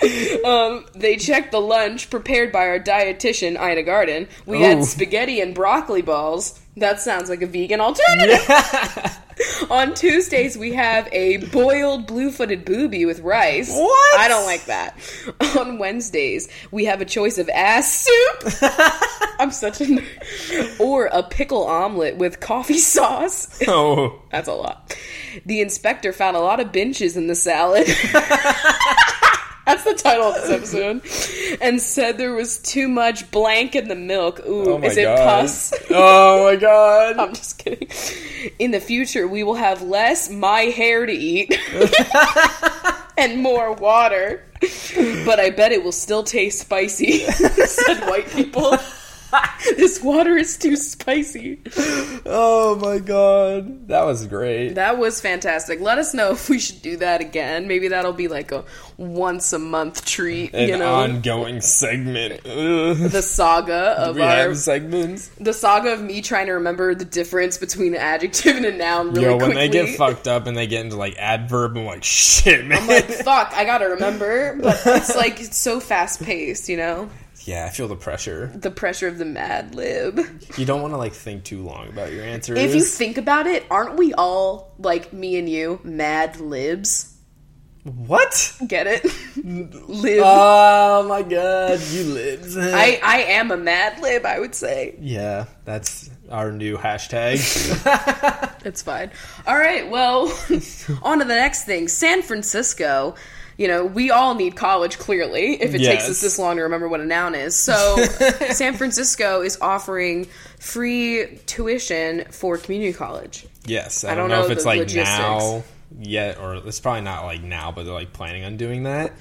S3: labias. Um, they checked the lunch prepared by our dietitian, Ida Garden. We
S2: Ooh.
S3: had spaghetti and broccoli balls. That sounds like a vegan alternative. On Tuesdays, we have a boiled blue footed booby with rice.
S2: What?
S3: I don't like that. On Wednesdays, we have a choice of ass soup. I'm such a nerd. Or a pickle omelet with coffee sauce.
S2: Oh,
S3: That's a lot. The inspector found a lot of benches in the salad. That's the title of this episode. And said there was too much blank in the milk. Ooh,
S2: oh my
S3: is it
S2: god.
S3: pus?
S2: Oh my god.
S3: I'm just kidding. In the future, we will have less my hair to eat and more water. But I bet it will still taste spicy, said white people. this water is too spicy.
S2: Oh my god. That was great.
S3: That was fantastic. Let us know if we should do that again. Maybe that'll be like a once a month treat,
S2: An
S3: you know.
S2: ongoing segment. Ugh.
S3: the saga of
S2: We
S3: our
S2: have segments.
S3: the saga of me trying to remember the difference between an adjective and a noun really
S2: Yo, when
S3: quickly.
S2: they get fucked up and they get into like adverb, I'm like, shit, man.
S3: I'm like, fuck, I gotta remember. But it's like it's so fast paced, you know?
S2: yeah, I feel the pressure.
S3: The pressure of the mad lib.
S2: You don't want to like think too long about your answers.
S3: If you think about it, aren't we all like me and you, mad libs?
S2: what?
S3: Get it? lib.
S2: Oh my god, you lives.
S3: I, I am a mad lib, I would say.
S2: yeah, that's our new hashtag.
S3: It's fine. All right, well, on to the next thing. San Francisco. You know, we all need college clearly if it takes
S2: Yes.
S3: us this long to remember what a noun is. So, San Francisco is offering free tuition for community college.
S2: yes, I,
S3: don't
S2: don't know,
S3: know
S2: if it's
S3: the
S2: like
S3: logistics.
S2: now yet, or it's probably not like now, but they're like planning on doing that.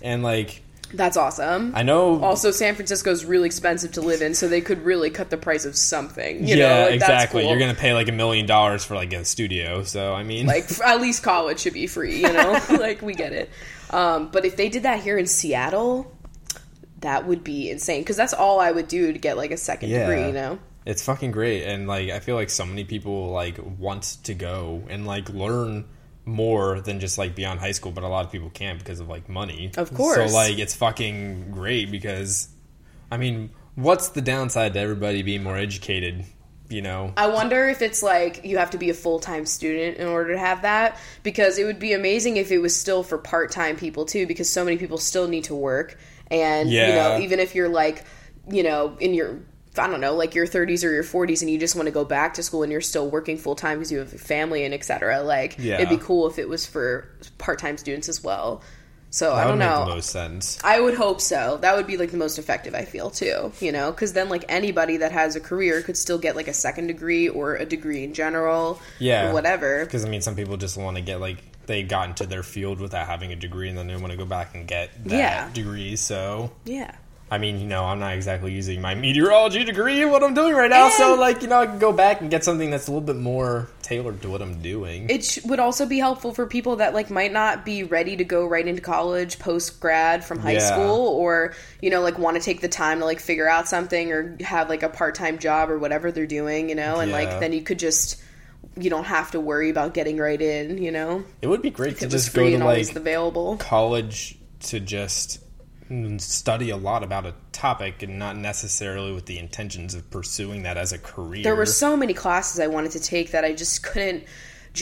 S2: And like,
S3: That's awesome.
S2: I know.
S3: also, San Francisco is really expensive to live in, so they could really cut the price of something.
S2: yeah,
S3: You know, like,
S2: exactly.
S3: That's cool.
S2: You're gonna pay like a million dollars for like a studio. So I mean,
S3: like f- at least college should be free you know like we get it um, but if they did that here in seattle that would be insane because that's all i would do to get like a second
S2: Yeah.
S3: degree you know
S2: It's fucking great, and like I feel like so many people like want to go and like learn more than just like beyond high school, but a lot of people can't because of like money.
S3: Of course.
S2: so like it's fucking great because, I mean, what's the downside to everybody being more educated? You know,
S3: i wonder if it's like you have to be a full-time student in order to have that because it would be amazing if it was still for part-time people too because so many people still need to work and you know
S2: Yeah.
S3: even if you're like you know in your I don't know, like your 30s or your 40s, and you just want to go back to school, and you're still working full time because you have a family and et cetera. Like,
S2: Yeah.
S3: it'd be cool if it was for part time students as well. So I
S2: that would
S3: don't
S2: make
S3: know.
S2: the most sense.
S3: I would hope so. That would be like the most effective. I feel too, you know, because then like anybody that has a career could still get like a second degree or a degree in general.
S2: Yeah.
S3: or whatever.
S2: Because I mean, some people just want to get like they got into their field without having a degree, and then they want to go back and get that
S3: Yeah.
S2: degree. So
S3: Yeah.
S2: I mean, you know, I'm not exactly using my meteorology degree in what I'm doing right now, so
S3: And-
S2: like, you know, I can go back and get something that's a little bit more tailored to what I'm doing.
S3: it sh- would also be helpful for people that like might not be ready to go right into college post grad from high
S2: Yeah.
S3: school or you know like want to take the time to like figure out something or have like a part-time job or whatever they're doing you know and
S2: Yeah.
S3: like then you could just you don't have to worry about getting right in you know
S2: It would be great to
S3: it was
S2: just go
S3: free
S2: to
S3: and
S2: like
S3: always available
S2: college to just mm, study a lot about a topic and not necessarily with the intentions of pursuing that as a career.
S3: there were so many classes I wanted to take that I just couldn't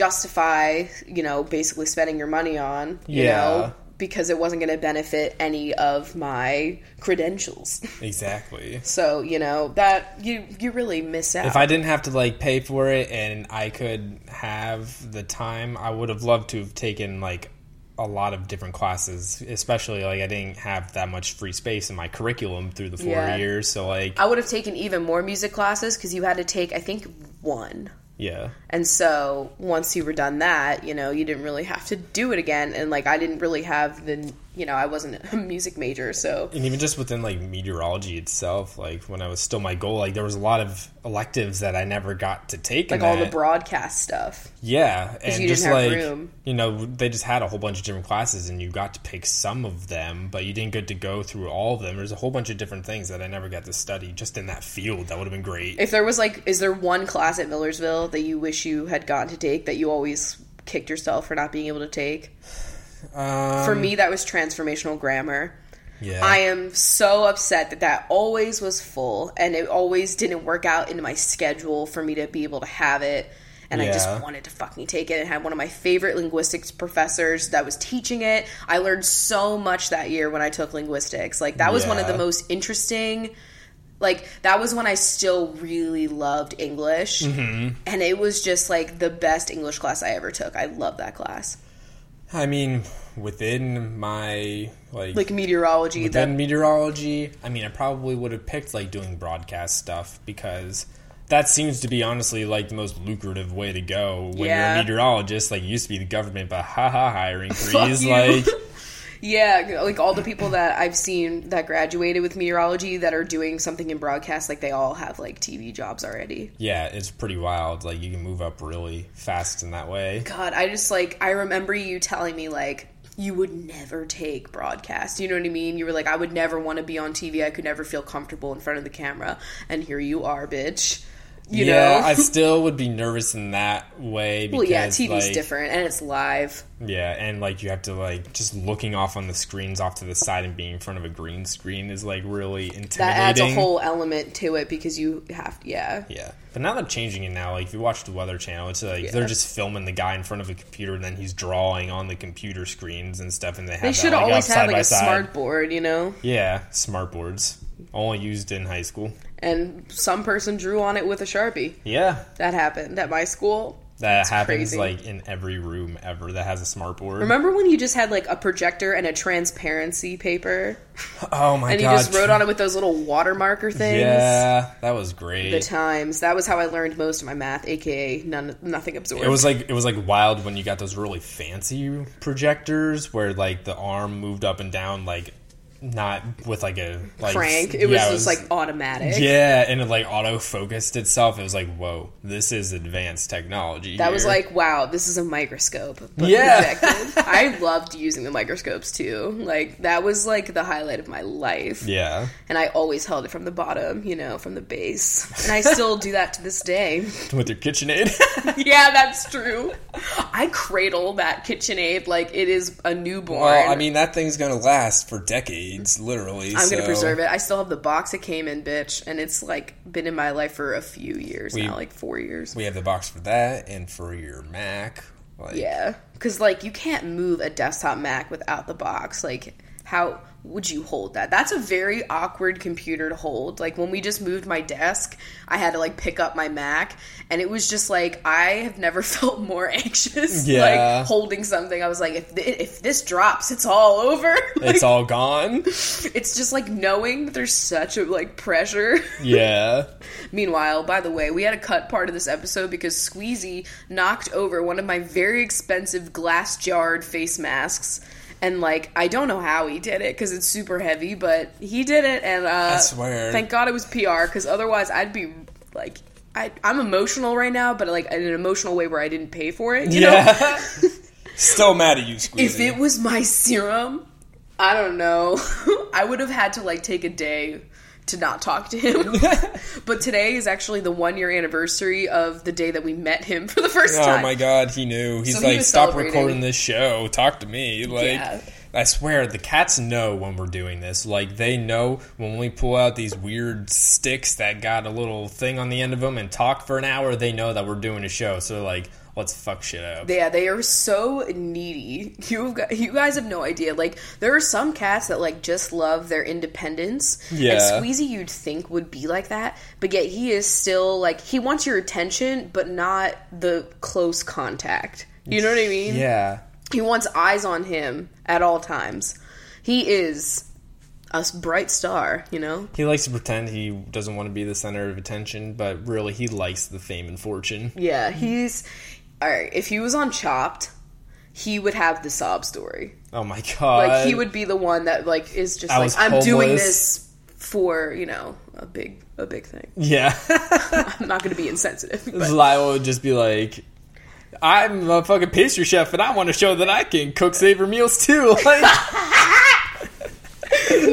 S3: justify, you know, basically spending your money on, you
S2: Yeah.
S3: know, because it wasn't going to benefit any of my credentials.
S2: exactly.
S3: So, you know, that you you really miss out.
S2: If I didn't have to like pay for it and I could have the time, I would have loved to have taken like a lot of different classes, especially like I didn't have that much free space in my curriculum through the four
S3: Yeah. Um,
S2: years. So like,
S3: I would have taken even more music classes cuz you had to take I think one.
S2: yeah,
S3: And so once you were done that, you know, you didn't really have to do it again and like I didn't really have the, you know, I wasn't a music major, so
S2: and even just within like meteorology itself, like when I was still my goal, like there was a lot of electives that I never got to take.
S3: like
S2: in
S3: all the
S2: that.
S3: broadcast stuff.
S2: Yeah, and
S3: you didn't
S2: just
S3: have
S2: like
S3: room.
S2: you know, they just had a whole bunch of different classes, and you got to pick some of them, but you didn't get to go through all of them. There's a whole bunch of different things that I never got to study just in that field. That would have been great.
S3: If there was like, is there one class at Millersville that you wish you had gotten to take that you always kicked yourself for not being able to take?
S2: Um,
S3: For me, that was transformational grammar.
S2: yeah.
S3: I am so upset that that always was full and it always didn't work out into my schedule for me to be able to have it. And I
S2: Yeah.
S3: just wanted to fucking take it and had one of my favorite linguistics professors that was teaching it. I learned so much that year when I took linguistics. Like, that was one of the
S2: Yeah.
S3: most interesting. Like, that was when I still really loved English.
S2: Mm-hmm.
S3: And it was just like the best English class I ever took. I love that class.
S2: I mean, within my like,
S3: Like, meteorology, that
S2: within meteorology, I mean, I probably would have picked like doing broadcast stuff because that seems to be honestly like the most lucrative way to go when
S3: Yeah.
S2: you're a meteorologist. Like, it used to be the government, but haha, hiring freeze.
S3: you.
S2: like,
S3: Yeah, like all the people that I've seen that graduated with meteorology that are doing something in broadcast, like they all have like TV jobs already.
S2: yeah, it's pretty wild. Like, you can move up really fast in that way.
S3: God, I just like, I remember you telling me, like, you would never take broadcast. You know what I mean? You were like, I would never want to be on TV. I could never feel comfortable in front of the camera. And here you are, bitch. You
S2: yeah,
S3: know?
S2: I still would be nervous in that way. Because,
S3: well, yeah, TV's
S2: like,
S3: different and it's live.
S2: Yeah, and like you have to like just looking off on the screens off to the side and being in front of a green screen is like really intimidating.
S3: That adds a whole element to it because you have, yeah.
S2: Yeah, but now they're changing it now. Like if you watch the Weather Channel, it's like they're just filming the guy in front of a computer, and then he's drawing on the computer screens and stuff, and they have
S3: They
S2: that,
S3: should
S2: like, up
S3: always
S2: side
S3: have like
S2: by
S3: a
S2: side.
S3: smart board, you know?
S2: Yeah, smart boards only used in high school.
S3: and some person drew on it with a sharpie.
S2: Yeah,
S3: That happened at my school.
S2: that happens
S3: crazy.
S2: like in every room ever that has a smart board.
S3: Remember when you just had like a projector and a transparency paper,
S2: oh my
S3: and you
S2: god!
S3: just wrote on it with those little watermarker things?
S2: Yeah, that was great.
S3: The times that was how I learned most of my math, aka none, nothing absorbed.
S2: It was like it was like wild when you got those really fancy projectors where like the arm moved up and down like not with like a like
S3: crank.
S2: yeah,
S3: It was just like automatic.
S2: yeah, and it like auto focused itself. It was like whoa, this is advanced technology.
S3: That was
S2: here.
S3: like, wow, this is a microscope. But
S2: Yeah.
S3: projected. I loved using the microscopes too. Like that was like the highlight of my life.
S2: yeah,
S3: and I always held it from the bottom, you know, from the base. And I still do that to this day.
S2: with your KitchenAid.
S3: yeah, that's true. I cradle that KitchenAid like it is a newborn.
S2: well, I mean that thing's gonna last for decades, literally.
S3: I'm gonna
S2: so-
S3: preserve it. I still have the box it came in, bitch, and it's like been in my life for a few years
S2: We-
S3: now, like four years.
S2: We have the box for that and for your Mac. Like,
S3: yeah, because like you can't move a desktop Mac without the box. Like, how would you hold that? That's a very awkward computer to hold. Like when we just moved my desk, I had to like pick up my Mac, and it was just like I have never felt more anxious.
S2: Yeah.
S3: like holding something, I was like, if th- if this drops, it's all over. Like,
S2: It's all gone.
S3: it's just like knowing that there's such a like pressure.
S2: Yeah.
S3: Meanwhile, by the way, we had to cut part of this episode because Squeezy knocked over one of my very expensive glass jarred face masks. And like I don't know how he did it because it's super heavy, but he did it, and uh, I
S2: swear.
S3: thank God it was PR because otherwise I'd be like, I, I'm emotional right now, but like in an emotional way where I didn't pay for it. You know,
S2: yeah. Still mad at you, Squeezy.
S3: if it was my serum, I don't know. I would have had to like take a day to not talk to him. but today is actually the one year anniversary of the day that we met him for the first
S2: Oh
S3: time.
S2: my god, he knew. He's
S3: So he
S2: like,
S3: was
S2: stop
S3: celebrating."
S2: recording this show. Talk to me. Like,
S3: Yeah.
S2: I swear, the cats know when we're doing this. Like, they know when we pull out these weird sticks that got a little thing on the end of them and talk for an hour. They know that we're doing a show. So they're like, let's fuck shit up.
S3: Yeah, they are so needy. You've got, you guys have no idea. Like there are some cats that like just love their independence.
S2: Yeah.
S3: And Squeezy you'd think would be like that, but yet he is still like he wants your attention but not the close contact. You know what I mean?
S2: yeah.
S3: He wants eyes on him at all times. He is a s- bright star, you know?
S2: He likes to pretend he doesn't want to be the center of attention, but really, he likes the fame and fortune.
S3: Yeah, he's. Alright, if he was on Chopped, he would have the sob story.
S2: Oh my god.
S3: Like, he would be the one that, like, is just
S2: I
S3: like,
S2: was
S3: I'm doing
S2: homeless."
S3: this for, you know, a big, a big thing.
S2: Yeah.
S3: I'm not gonna be insensitive. But.
S2: Lyle would just be like, I'm a fucking pastry chef and I want to show that I can cook savor meals too. Like,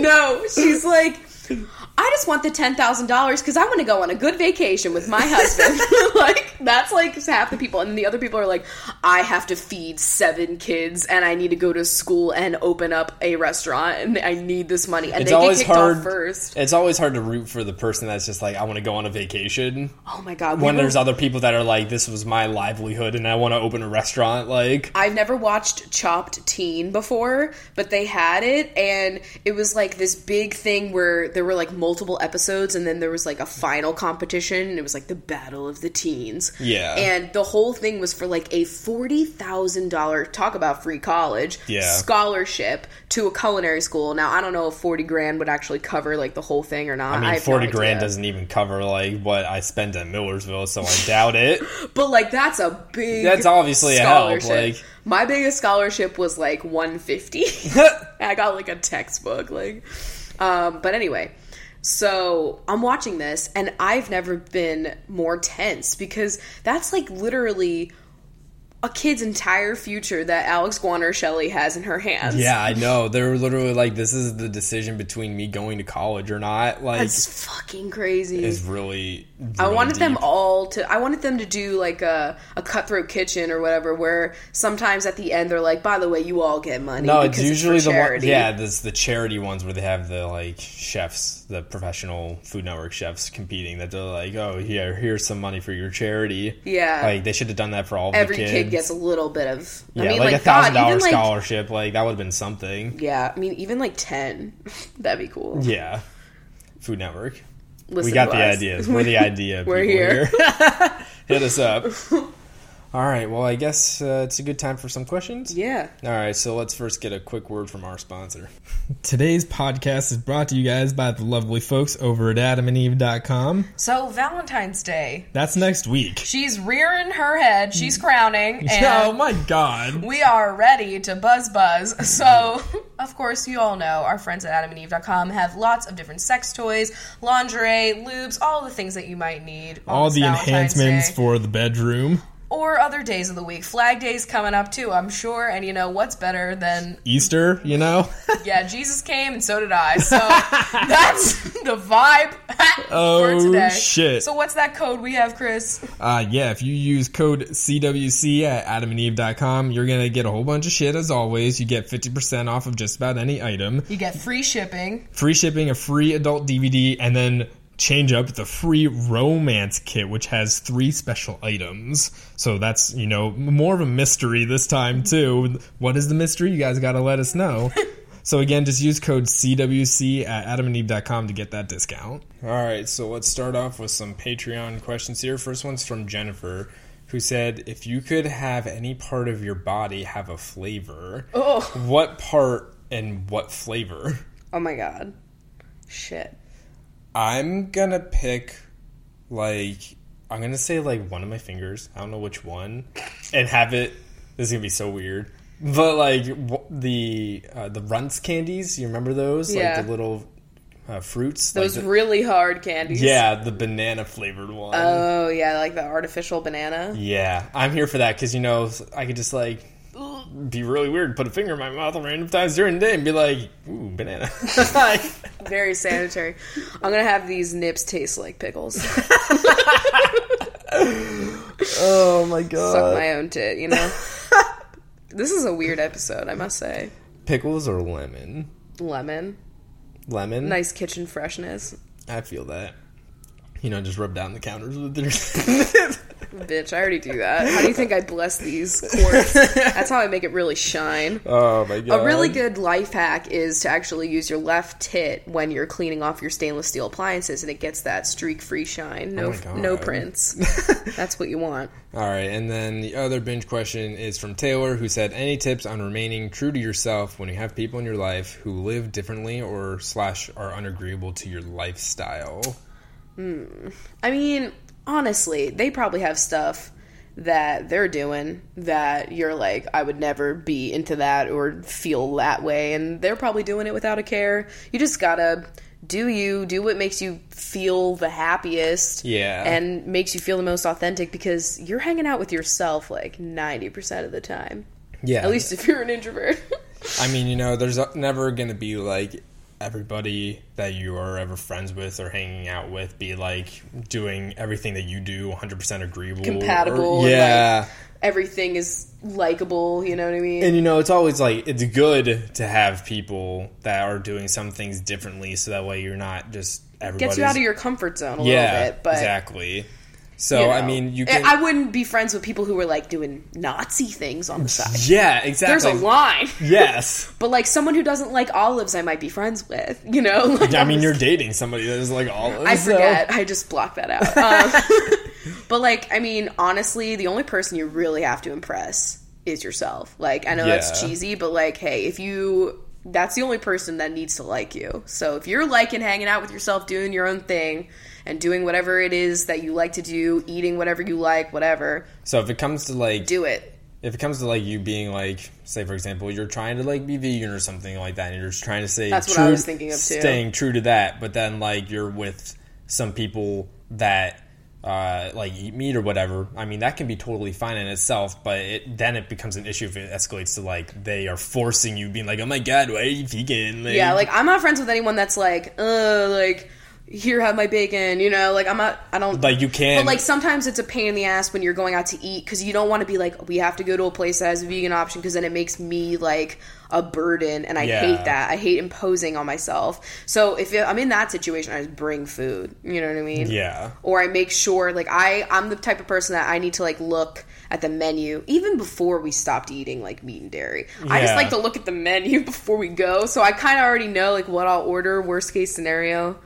S3: No, she's like, I just want the $10,000 because I want to go on a good vacation with my husband. like that's like half the people, and then the other people are like, I have to feed seven kids, and I need to go to school and open up a restaurant, and I need this money, and
S2: It's
S3: they get
S2: always
S3: kicked
S2: hard.
S3: off first.
S2: It's always hard to root for the person that's just like, I want to go on a vacation.
S3: Oh my god! we
S2: When
S3: were-
S2: there's other people that are like, this was my livelihood, and I want to open a restaurant. Like,
S3: I've never watched Chopped Teen before, but they had it, and it was like this big thing where there were like multiple episodes, and then there was like a final competition, and it was like the Battle of the Teens.
S2: Yeah.
S3: And the whole thing was for like a $40,000 talk about free college
S2: Yeah.
S3: scholarship to a culinary school. Now, I don't know if 40 grand would actually cover like the whole thing or not.
S2: I mean,
S3: have no
S2: forty grand
S3: idea.
S2: doesn't even cover like what I spent at Millersville, so I doubt it.
S3: But like that's a big
S2: That's obviously a help, like-
S3: my biggest scholarship was like 150. I got like a textbook like um but anyway. So, I'm watching this and I've never been more tense because that's like literally a kid's entire future that Alex Guaner Shelley has in her hands.
S2: yeah, I know. They were literally like, "This is the decision between me going to college or not." Like,
S3: It's fucking crazy.
S2: is really,
S3: I
S2: really
S3: wanted them
S2: deep.
S3: all to. I wanted them to do like a, a cutthroat kitchen or whatever, where sometimes at the end they're like, "By the way, you all get money."
S2: No, it's
S3: because for
S2: usually the one.
S3: charity."
S2: Yeah, this the charity ones where they have the like chefs, the professional Food Network chefs competing. That they're like, "Oh, here, here's some money for your charity."
S3: Yeah.
S2: like they should have done that for all of
S3: every
S2: the kids.
S3: kid gets a little bit of.
S2: yeah,
S3: I mean,
S2: like
S3: like,
S2: a thousand
S3: God,
S2: dollar
S3: even, like-
S2: scholarship. Like that would have been something.
S3: Yeah, I mean, even like ten, that'd be cool.
S2: Yeah, Food Network.
S3: Listen
S2: we got
S3: to
S2: the
S3: us.
S2: ideas. We're the idea.
S3: We're
S2: people
S3: here.
S2: Hit us up. All right. Well, I guess uh, it's a good time for some questions.
S3: Yeah,
S2: All right, so let's first get a quick word from our sponsor. Today's podcast is brought to you guys by the lovely folks over at adamandeve.com.
S4: So Valentine's Day,
S2: That's next week.
S4: she's rearing her head, she's crowning, and
S2: Oh my god.
S4: we are ready to buzz buzz. So, of course, you all know our friends at AdamAndEve.com have lots of different sex toys, lingerie, lubes, all the things that you might need. on
S2: All
S4: this
S2: the
S4: Valentine's
S2: enhancements
S4: Day.
S2: for the bedroom,
S4: or other days of the week. Flag Day's coming up too, I'm sure. And you know what's better than
S2: Easter, you know?
S4: yeah, Jesus came and so did I. So that's the vibe
S2: Oh,
S4: for today.
S2: shit.
S4: So what's that code we have, Chris?
S2: Uh, yeah, if you use code CWC at adamandeve.com, you're going to get a whole bunch of shit as always. You get 50% off of just about any item,
S4: You get free shipping.
S2: free shipping, a free adult DVD, and then change up the free romance kit, which has three special items. So that's, you know, more of a mystery this time, too. What is the mystery? You guys got to let us know. So again, just use code CWC at adamandeve.com to get that discount. All right, so let's start off with some Patreon questions here. First one's from Jennifer, who said, "If you could have any part of your body have a flavor, what part and what flavor?"
S3: Oh my god, shit.
S2: I'm gonna pick like I'm gonna say like one of my fingers. I don't know which one, and have it. This is gonna be so weird. But like w- the uh, the runts candies, you remember those?
S3: Yeah.
S2: Like the little uh, fruits.
S3: Those
S2: like the-
S3: really hard candies.
S2: yeah, the banana flavored one.
S3: Oh yeah, like the artificial banana.
S2: yeah, I'm here for that because you know I could just like be really weird, put a finger in my mouth at random times during the day, and be like, "Ooh, banana."
S3: Very sanitary. I'm gonna have these nips taste like pickles.
S2: oh my god!
S3: Suck my own tit, you know. this is a weird episode, I must say.
S2: Pickles or lemon?
S3: Lemon,
S2: Lemon.
S3: nice kitchen freshness.
S2: I feel that. You know, just rub down the counters with your.
S3: Bitch, I already do that. How do you think I bless these quartz? That's how I make it really shine.
S2: oh my god!
S3: A really good life hack is to actually use your left tit when you're cleaning off your stainless steel appliances, and it gets that streak-free shine. No,
S2: Oh my God.
S3: no prints. That's what you want.
S2: All right, and then the other binge question is from Taylor, who said, "Any tips on remaining true to yourself when you have people in your life who live differently or slash are unagreeable to your lifestyle?"
S3: I mean, honestly, they probably have stuff that they're doing that you're like, I would never be into that or feel that way. And they're probably doing it without a care. You just gotta do you, do what makes you feel the happiest.
S2: Yeah.
S3: And makes you feel the most authentic because you're hanging out with yourself like 90% of the time.
S2: Yeah,
S3: At least if you're an introvert.
S2: I mean, you know, there's never going to be like everybody that you are ever friends with or hanging out with be like doing everything that you do 100% agreeable or-
S3: Compatible and,
S2: yeah
S3: Everything is likable, you know what I mean?
S2: and you know it's always like it's good to have people that are doing some things differently so that way you're not just everybody's
S3: Gets you out of your comfort zone a
S2: yeah
S3: little bit, but
S2: exactly so
S3: you know.
S2: i mean you
S3: I-
S2: can
S3: I wouldn't be friends with people who were like doing Nazi things on the side.
S2: yeah exactly
S3: There's a line.
S2: yes
S3: But like someone who doesn't like olives, I might be friends with. You know, like,
S2: i mean you're dating somebody that is like all
S3: I forget. I just blocked that out. Um, but like, I mean, honestly, the only person you really have to impress is yourself. Like, I know that's
S2: Yeah.
S3: cheesy, but like, hey, if you that's the only person that needs to like you. So if you're liking hanging out with yourself, doing your own thing, and doing whatever it is that you like to do, eating whatever you like, whatever,
S2: so if it comes to like
S3: do it.
S2: if it comes to like you being like say for example you're trying to like be vegan or something like that and you're just trying to say
S3: That's what I was thinking of, too.
S2: staying true to that but then like you're with some people that uh, like eat meat or whatever i mean that can be totally fine in itself but it then it becomes an issue if it escalates to like they are forcing you being like oh my god why are you vegan like,
S3: Yeah, like I'm not friends with anyone that's like, uh, like here have my bacon, you know, like I'm not I don't
S2: like you can
S3: But like sometimes it's a pain in the ass when you're going out to eat because you don't want to be like we have to go to a place that has a vegan option because then it makes me like a burden and I
S2: Yeah.
S3: hate that. I hate imposing on myself. So if I'm in that situation, I just bring food. You know what I mean?
S2: yeah
S3: Or I make sure like I I'm the type of person that I need to like look at the menu even before we stopped eating like meat and dairy. I just
S2: Yeah.
S3: like to look at the menu before we go, so I kind of already know like what I'll order worst case scenario.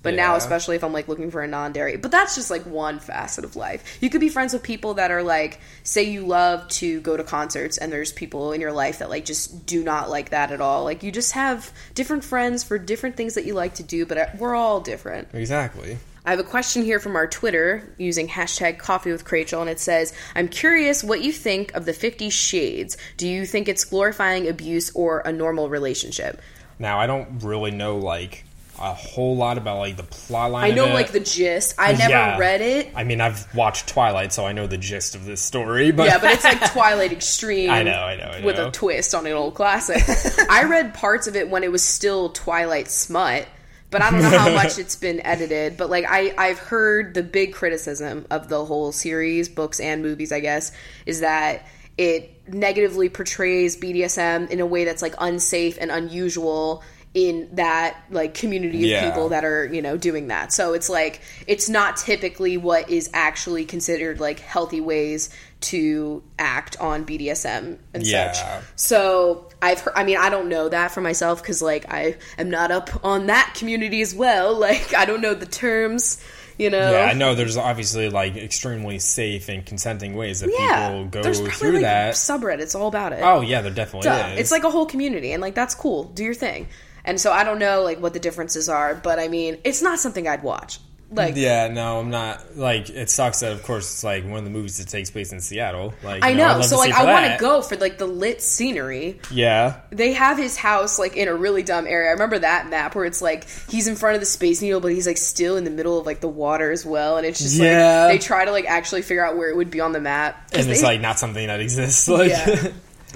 S3: But now,
S2: Yeah.
S3: especially if I'm like looking for a non dairy, but that's just like one facet of life. You could be friends with people that are like, say, you love to go to concerts, and there's people in your life that like just do not like that at all. Like, you just have different friends for different things that you like to do, but uh, we're all different.
S2: exactly
S3: I have a question here from our Twitter using hashtag coffee with Crachel, and it says, I'm curious what you think of the 50 shades. Do you think it's glorifying abuse or a normal relationship?
S2: now i don't really know like a whole lot about like the plot line
S3: I
S2: of
S3: know,
S2: it.
S3: like, the gist. I never
S2: Uh-huh. Yeah.
S3: read it.
S2: I mean, I've watched Twilight, so I know the gist of this story. But
S3: Yeah, but it's like Twilight Extreme.
S2: I know, I know, I know.
S3: With a twist on an old classic. I read parts of it when it was still Twilight Smut, but I don't know how much it's been edited. But like I, I've heard the big criticism of the whole series, books and movies, I guess, is that it negatively portrays BDSM in a way that's like unsafe and unusual in that like community of
S2: Yeah.
S3: people that are you know doing that so it's like it's not typically what is actually considered like healthy ways to act on bdsm and
S2: Yeah.
S3: such so i've heard, i mean i don't know that for myself because like i am not up on that community as well like i don't know the terms you know
S2: yeah, I know there's obviously like extremely safe and consenting ways that
S3: Yeah.
S2: people go
S3: there's probably
S2: through
S3: like
S2: that.
S3: subreddits all about it
S2: oh yeah, there definitely
S3: Duh.
S2: is.
S3: It's like a whole community, and like that's cool. Do your thing. And so I don't know like what the differences are, but I mean, it's not something I'd watch. Like,
S2: yeah, no, I'm not like it sucks that of course it's like one of the movies that takes place in Seattle. Like
S3: I
S2: you I'd
S3: know.
S2: love
S3: So
S2: to
S3: like,
S2: see for
S3: I want to
S2: that.
S3: go for like the lit scenery.
S2: Yeah,
S3: They have his house like in a really dumb area. I remember that map where it's like he's in front of the space needle, but he's like still in the middle of like the water as well, and it's just
S2: Yeah.
S3: like they try to like actually figure out where it would be on the map. 'Cause
S2: and it's
S3: they-
S2: like not something that exists. Like
S3: Yeah.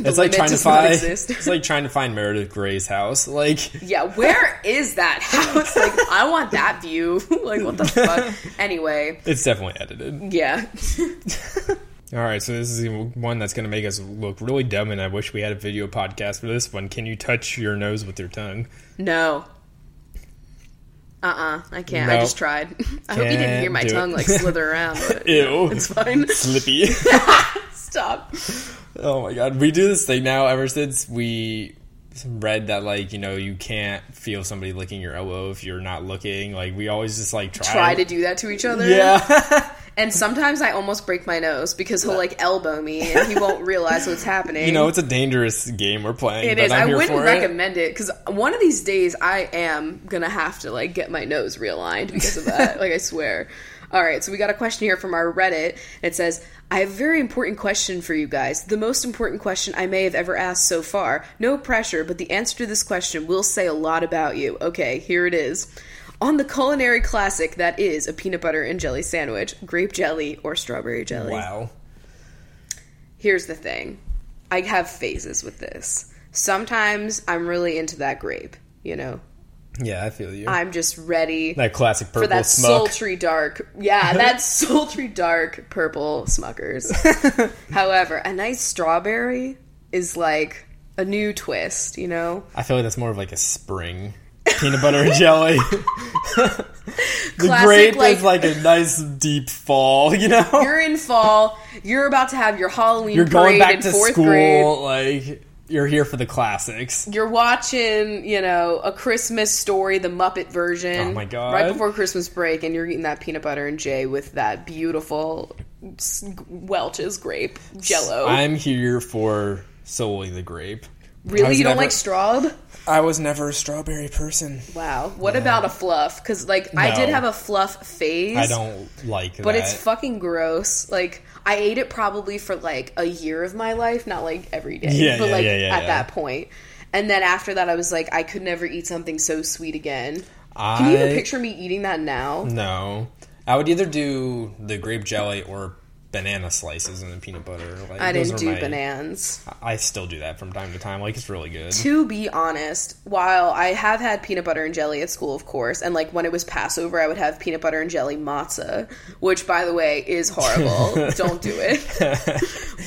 S2: it's like
S3: limit
S2: trying to
S3: does not
S2: find
S3: exist.
S2: it's like trying to find Meredith Gray's house. Like
S3: Yeah, where is that house? Like, I want that view. like, what the fuck? Anyway,
S2: it's definitely edited.
S3: yeah.
S2: All right, so this is one that's going to make us look really dumb, and I wish we had a video podcast for this one. Can you touch your nose with your tongue?
S3: No. Uh uh I can't. I
S2: No.
S3: just tried. I hope you didn't
S2: Can't
S3: hear my
S2: do it.
S3: tongue like slither around. But
S2: Ew.
S3: It's fine.
S2: Slippy.
S3: Stop.
S2: oh my god, we do this thing now ever since we read that, like, you know, you can't feel somebody licking your elbow if you're not looking. Like, we always just, like, try.
S3: Try to do that to each other.
S2: Yeah.
S3: And sometimes I almost break my nose because he'll like elbow me and he won't realize what's happening.
S2: you know, it's a dangerous game we're playing.
S3: It
S2: but
S3: is.
S2: I'm
S3: I
S2: here
S3: wouldn't
S2: for it.
S3: recommend it because one of these days I am gonna have to like get my nose realigned because of that. like I swear. All right, so we got a question here from our Reddit. It says, "I have a very important question for you guys. The most important question I may have ever asked so far. No pressure, but the answer to this question will say a lot about you." Okay, here it is. On the culinary classic that is a peanut butter and jelly sandwich, grape jelly or strawberry jelly.
S2: Wow.
S3: Here's the thing I have phases with this. Sometimes I'm really into that grape, you know,
S2: Yeah, I feel you.
S3: I'm just ready
S2: that classic purple
S3: for that
S2: smoke.
S3: sultry dark. Yeah, that sultry dark purple Smuckers. However, a nice strawberry is like a new twist, you know?
S2: I feel like that's more of like a spring peanut butter and jelly. the
S3: Classic,
S2: grape
S3: like-
S2: is like a nice deep fall, you know. You're,
S3: You're in fall. You're about to have your Halloween
S2: Oh. going
S3: parade
S2: back
S3: in
S2: to
S3: fourth
S2: school,
S3: grade.
S2: like you're here for the classics.
S3: You're watching, you know, a Christmas story, the Muppet version.
S2: Oh my God.
S3: Right before Christmas break, and you're eating that peanut butter and J with that beautiful s- Welch's grape Jello.
S2: I'm here for solely the grape. I
S3: really,
S2: was
S3: you don't
S2: never-
S3: like straub?
S2: I was never a strawberry person.
S3: Wow. What about a fluff? Because like I
S2: No.
S3: did have a fluff phase.
S2: I don't like that.
S3: But it's fucking gross. Like I ate it probably for like a year of my life, not like every day,
S2: Yeah,
S3: but
S2: yeah,
S3: like
S2: yeah, yeah,
S3: at
S2: yeah.
S3: that point. And then after that, I was like, I could never eat something so sweet again.
S2: I,
S3: Can you even picture me eating that now?
S2: No, I would either do the grape jelly or banana slices in the peanut butter. Like,
S3: I
S2: those
S3: didn't
S2: were
S3: do
S2: my-
S3: bananas.
S2: I still do that from time to time. Like it's really good.
S3: To be honest, while I have had peanut butter and jelly at school, of course, and like when it was Passover, I would have peanut butter and jelly matzah, which by the way is horrible. Don't do it.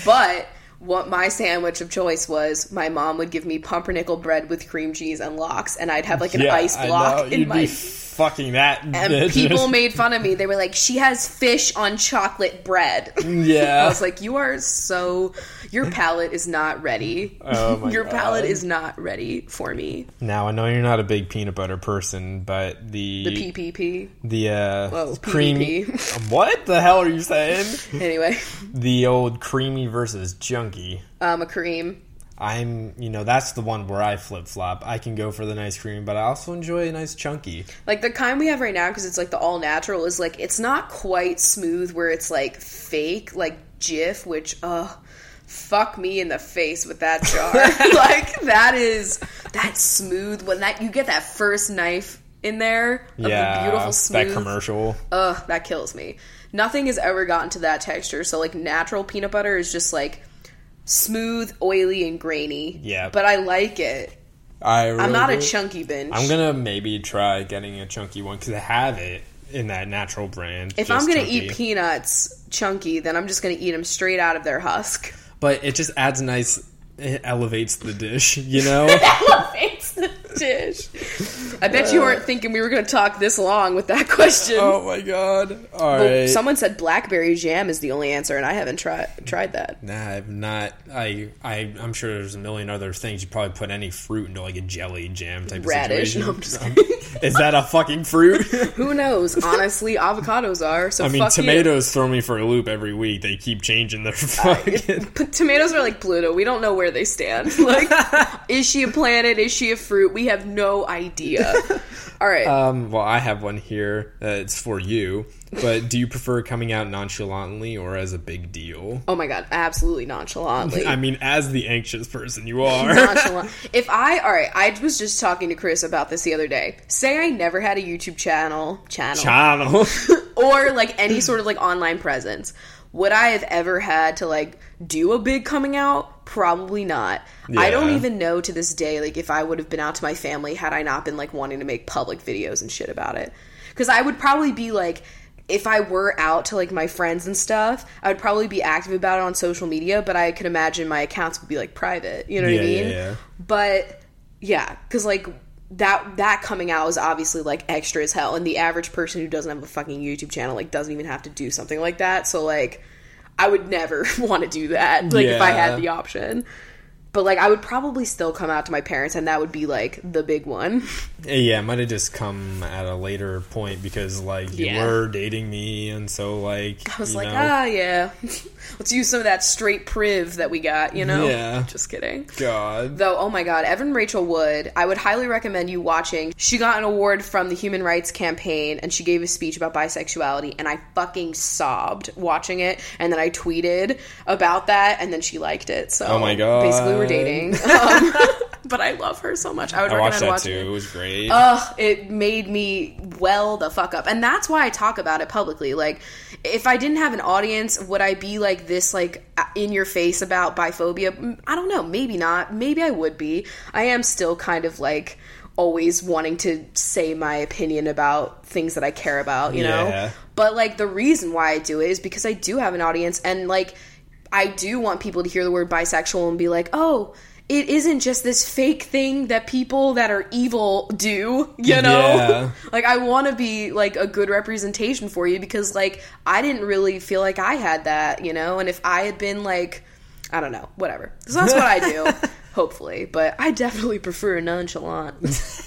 S3: But what my sandwich of choice was, my mom would give me pumpernickel bread with cream cheese and locks, and I'd have like an ice
S2: I
S3: block
S2: know.
S3: in
S2: You'd
S3: my.
S2: be fucking that.
S3: and
S2: bitch.
S3: people made fun of me. They were like, "She has fish on chocolate bread." I
S2: yeah.
S3: was like, "You are so. Your palate is not ready.
S2: Oh my
S3: your palate
S2: God.
S3: is not ready for me."
S2: now I know you're not a big peanut butter person, but the
S3: The PPP.
S2: the, uh,
S3: Whoa,
S2: creamy. what the hell are you saying?
S3: Anyway,
S2: the old creamy versus junky.
S3: um, a cream.
S2: I'm, you know, that's the one where I flip flop. I can go for the nice creamy, but I also enjoy a nice chunky.
S3: Like the kind we have right now, because it's like the all natural is like it's not quite smooth where it's like fake, like Jif, which uh fuck me in the face with that jar. like that is that smooth when that you get that first knife in there of
S2: yeah,
S3: the beautiful smooth.
S2: that commercial.
S3: Ugh, that kills me. Nothing has ever gotten to that texture. So like natural peanut butter is just like smooth, oily, and grainy.
S2: Yeah.
S3: But I like it.
S2: I really
S3: I'm not a
S2: do.
S3: chunky binge.
S2: I'm gonna maybe try getting a chunky one because I have it in that natural brand.
S3: If I'm gonna eat peanuts chunky, then I'm just gonna eat them straight out of their husk.
S2: but it just adds nice. It elevates the dish, you know.
S3: It's the dish. I bet you weren't thinking we were gonna talk this long with that question.
S2: Uh. oh my god! All
S3: Well,
S2: right.
S3: Someone said blackberry jam is the only answer, and I haven't tried tried that.
S2: Nah, I'm not. I, I, I'm sure there's a million other things you probably put any fruit into, like a jelly jam type of
S3: Radish.
S2: situation.
S3: No, I'm just kidding.
S2: Is that a fucking fruit?
S3: Who knows? Honestly, avocados are so.
S2: I mean,
S3: fuck
S2: tomatoes throw me for a loop every week. They keep changing their fucking.
S3: You. But tomatoes are like Pluto. We don't know where they stand. Like, is she a planet? Is she a fruit? We have no idea. All right.
S2: Um, well, I have one here. Uh, it's for you. But do you prefer coming out nonchalantly or as a big deal?
S3: oh my god! Absolutely nonchalantly.
S2: I mean, as the anxious person you are.
S3: nonchalant. if I all right, I was just talking to Chris about this the other day. Say I never had a YouTube channel, channel,
S2: Channel.
S3: or like any sort of like online presence. Would I have ever had to like do a big coming out? Probably not. I don't
S2: Yeah.
S3: even know to this day like if I would have been out to my family had I not been like wanting to make public videos and shit about it. Cuz I would probably be like if I were out to like my friends and stuff, I would probably be active about it on social media, but I could imagine my accounts would be like private. You know what I
S2: Yeah, yeah,
S3: mean?
S2: yeah.
S3: But yeah, because like that that coming out is obviously like extra as hell, and the average person who doesn't have a fucking YouTube channel like doesn't even have to do something like that. So like, I would never want to do that. Like if I
S2: Yeah.
S3: had the option. But like I would probably still come out to my parents and that would be like the big one.
S2: Eh, yeah, it might have just come at a later point because, like, you
S3: Yeah.
S2: were dating me, and so, like.
S3: I was
S2: you
S3: like,
S2: know,
S3: ah yeah. Let's use some of that straight priv that we got, you know?
S2: Yeah.
S3: Just kidding.
S2: God.
S3: Though, oh my god, Evan Rachel Wood, I would highly recommend you watching. She got an award from the Human Rights Campaign and she gave a speech about bisexuality, and I fucking sobbed watching it. And then I tweeted about that, and then she liked it. So,
S2: Oh my God.
S3: Basically, we're dating. Um, but I love her so much. I would
S2: I watched
S3: recommend
S2: that too. It
S3: watching it. Um,
S2: was great.
S3: Ugh, it made me well the fuck up. And that's why I talk about it publicly. Like, if I didn't have an audience, would I be like this, like, in your face about biphobia? Mm, I don't know. Maybe not. Maybe I would be. I am still kind of like always wanting to say my opinion about things that I care about, you
S2: Yeah.
S3: know? But like the reason why I do it is because I do have an audience and like I do want people to hear the word bisexual and be like, "Oh, it isn't just this fake thing that people that are evil do, you know?
S2: Yeah.
S3: like I want to be like a good representation for you because like I didn't really feel like I had that, you know? And if I had been like I don't know, whatever. So that's what I do, hopefully. But I definitely prefer a nonchalant.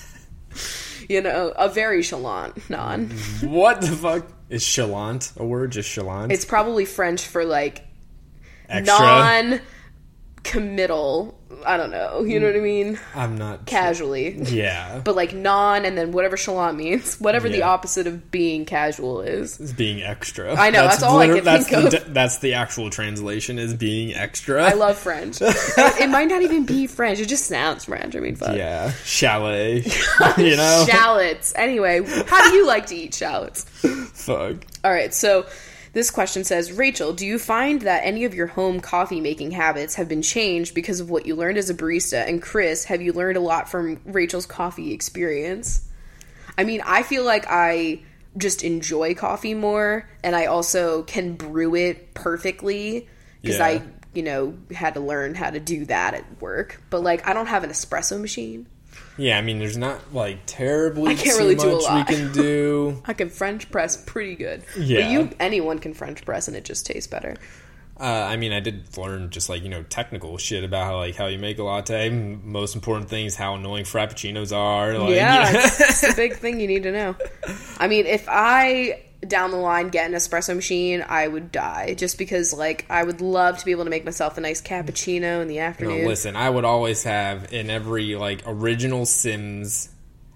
S3: you know, a very chalant non.
S2: What the fuck? Is chalant a word? Just chalant?
S3: It's probably French for like
S2: Extra?
S3: non committal. I don't know. You know what I mean?
S2: I'm not.
S3: Casually.
S2: sure. Yeah.
S3: But like non and then whatever chalant means, whatever the
S2: Yeah.
S3: opposite of being casual is.
S2: It's being extra.
S3: I know, that's all I could
S2: that's
S3: think
S2: the,
S3: of.
S2: de- That's the actual translation is being extra.
S3: I love French. it, it might not even be French. It just sounds French. I mean, fuck.
S2: Yeah. Chalet. you know?
S3: Shallots. Anyway, how do you like to eat shallots?
S2: Fuck.
S3: All right, so this question says Rachel, do you find that any of your home coffee making habits have been changed because of what you learned as a barista? And Chris, have you learned a lot from Rachel's coffee experience? I mean, I feel like I just enjoy coffee more and I also can brew it perfectly because
S2: Yeah.
S3: I, you know, had to learn how to do that at work. But like, I don't have an espresso machine.
S2: Yeah, I mean, there's not like terribly
S3: I can't
S2: too
S3: really
S2: much
S3: do a lot.
S2: we can do.
S3: I can French press pretty good.
S2: Yeah.
S3: But you, anyone can French press and it just tastes better.
S2: Uh, I mean, I did learn just like you know technical shit about how like how you make a latte. M- Most important things, how annoying frappuccinos are. Like,
S3: Yeah, it's, it's the big thing you need to know. I mean, if I down the line get an espresso machine, I would die just because like I would love to be able to make myself a nice cappuccino in the
S2: No,
S3: afternoon.
S2: listen, I would always have in every like original Sims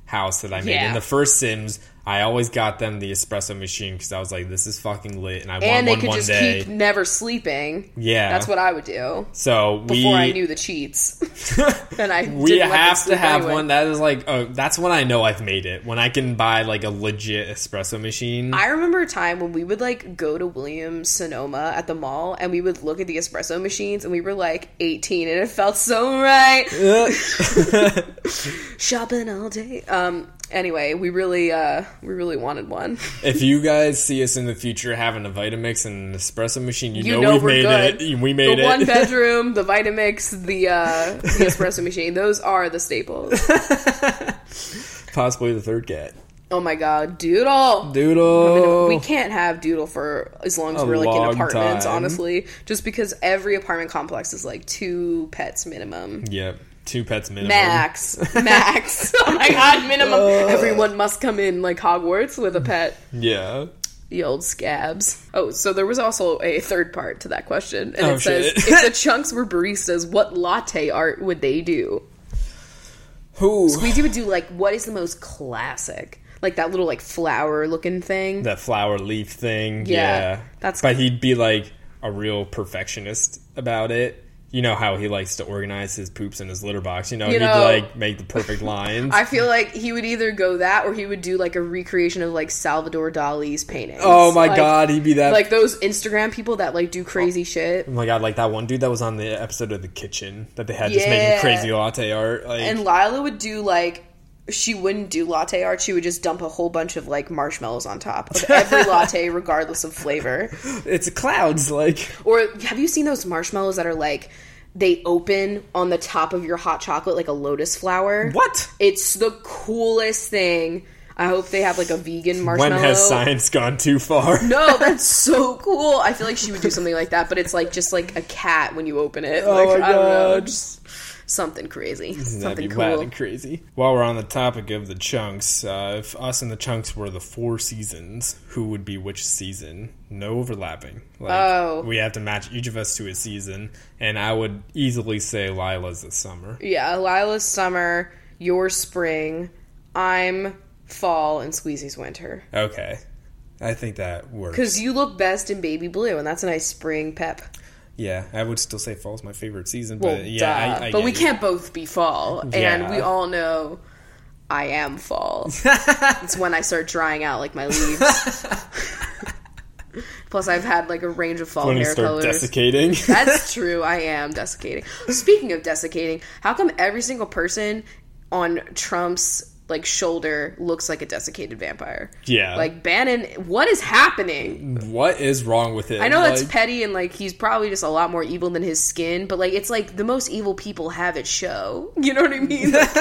S2: house that I made. In
S4: Yeah.
S2: the first Sims, I always got them the espresso machine because I was like, this is fucking lit, and I
S3: and they
S2: want one
S3: could
S2: one
S3: just
S2: day.
S3: keep never sleeping.
S2: Yeah.
S3: that's what I would do
S2: so we
S3: before I knew the cheats. and I
S2: we
S3: didn't let them
S2: have to
S3: sleep
S2: have
S3: anyway.
S2: one that is like oh that's when I know I've made it when I can buy like a legit espresso machine.
S3: I remember a time when we would like go to Williams Sonoma at the mall and we would look at the espresso machines and we were like 18 and it felt so right. Shopping all day. Um anyway, we really uh we really wanted one.
S2: if you guys see us in the future having a Vitamix and an espresso machine, you,
S3: You
S2: know,
S3: know
S2: we've made
S3: we're good.
S2: it. We made
S3: the
S2: it.
S3: one bedroom, the Vitamix, the uh the espresso machine. Those are the staples.
S2: Possibly the third cat.
S3: Oh my god, doodle.
S2: Doodle.
S3: We can't have doodle for as long as
S2: Oh. A
S3: we're like in
S2: long
S3: apartments,
S2: time.
S3: honestly, just because every apartment complex is like two pets minimum.
S2: Yep. Two pets minimum.
S3: Max. Max. oh my god, minimum. Everyone must come in like Hogwarts with a pet.
S2: Yeah.
S3: The old scabs. Oh, so there was also a third part to that question. And
S2: Oh,
S3: it says
S2: shit.
S3: if the chunks were baristas, what latte art would they do?
S2: Who?
S3: We do would do like what is the most classic? Like that little like flower looking thing.
S2: That flower leaf thing. Yeah.
S3: Yeah, that's-
S2: But he'd be like a real perfectionist about it. You know how he likes to organize his poops in his litter box. You know, he'd
S3: know-
S2: like make the perfect lines.
S3: I feel like he would either go that or he would do like a recreation of like Salvador Dali's paintings.
S2: oh my
S3: Like-
S2: god, he'd be that.
S3: Like those Instagram people that like do crazy shit.
S2: oh my god, like that one dude that was on the episode of The Kitchen that they had just making
S3: Yeah.
S2: crazy latte art. Like,
S3: And Lila would do like she wouldn't do latte art. She would just dump a whole bunch of like marshmallows on top of every latte, regardless of flavor.
S2: it's clouds. Like,
S3: Or have you seen those marshmallows that are like they open on the top of your hot chocolate like a lotus flower?
S2: what?
S3: It's the coolest thing. I hope they have like a vegan
S2: When
S3: marshmallow.
S2: has science gone too far?
S3: No, that's so cool. I feel like she would do something like that, but it's like just like a cat when you open it.
S2: Oh
S3: like,
S2: my
S3: I don't know,
S2: God.
S3: just something crazy,
S2: That'd
S3: something
S2: be wild
S3: cool.
S2: and crazy. While we're on the topic of the chunks, uh, if us and the chunks were the four seasons, who would be which season? No overlapping. Like,
S3: Oh.
S2: We have to match each of us to a season, and I would easily say Lila's the summer.
S3: Yeah, Lila's summer, your spring, I'm fall, and Squeezy's winter.
S2: Okay. I think that works.
S3: Because you look best in baby blue, and that's a nice spring pep.
S2: Yeah, I would still say fall's my favorite season,
S3: Well,
S2: but Uh, yeah,
S3: duh.
S2: I, I
S3: but
S2: get
S3: we
S2: you.
S3: can't both be fall,
S2: Yeah.
S3: and we all know I am fall. it's when I start drying out like my leaves. Plus, I've had like a range of fall
S2: When you
S3: hair
S2: start
S3: colors.
S2: desiccating.
S3: That's true. I am desiccating. Speaking of desiccating, how come every single person on Trump's like shoulder looks like a desiccated vampire.
S2: Yeah.
S3: Like Bannon, what is happening?
S2: What is wrong with it?
S3: I know that's
S2: Like,
S3: petty and like he's probably just a lot more evil than his skin, but like it's like the most evil people have it show. You know what I mean? Like,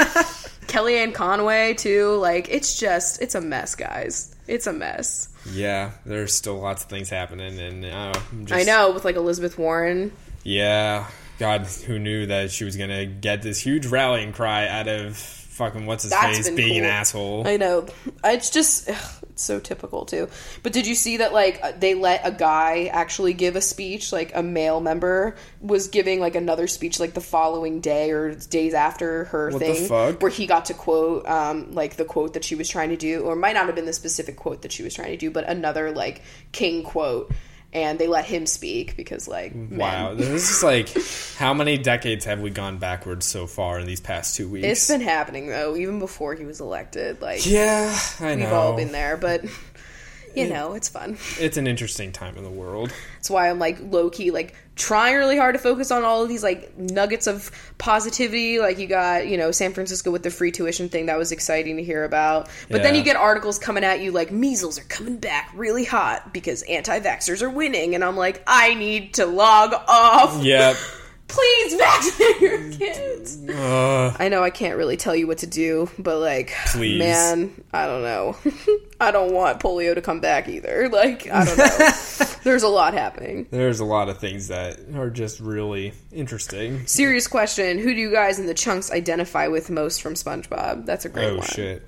S3: Kellyanne Conway too. Like it's just it's a mess, guys. It's a mess.
S2: yeah, there's still lots of things happening, and uh, I'm just,
S3: I know with like Elizabeth Warren.
S2: Yeah, God, who knew that she was gonna get this huge rallying cry out of fucking what's his
S3: That's
S2: face
S3: been
S2: being an
S3: cool.
S2: asshole?
S3: I know. It's just ugh, it's so typical too. But did you see that like uh, they let a guy actually give a speech? Like a male member was giving like another speech like the following day or days after her
S2: What the
S3: thing,
S2: fuck?
S3: where he got to quote um, like the quote that she was trying to do, or it might not have been the specific quote that she was trying to do, but another like king quote. And they let him speak because like
S2: Wow,
S3: man,
S2: this is like how many decades have we gone backwards so far in these past two weeks?
S3: it's been happening though even before he was elected. Like
S2: yeah, I know.
S3: we've all been there, but. You know, it's fun.
S2: It's an interesting time in the world.
S3: That's why I'm like low key, like trying really hard to focus on all of these like nuggets of positivity. Like you got, you know, San Francisco with the free tuition thing that was exciting to hear about. But then
S2: Yeah.
S3: you get articles coming at you like measles are coming back really hot because anti-vaxxers are winning, and I'm like, I need to log off.
S2: Yep.
S3: Please vaccinate your kids.
S2: Ugh.
S3: I know I can't really tell you what to do, but like,
S2: Please.
S3: man, I don't know. I don't want polio to come back either. Like, I don't know. There's a lot happening.
S2: uh, there's a lot of things that are just really interesting.
S3: Serious question: Who do you guys in the chunks identify with most from SpongeBob? That's a great one.
S2: Oh shit.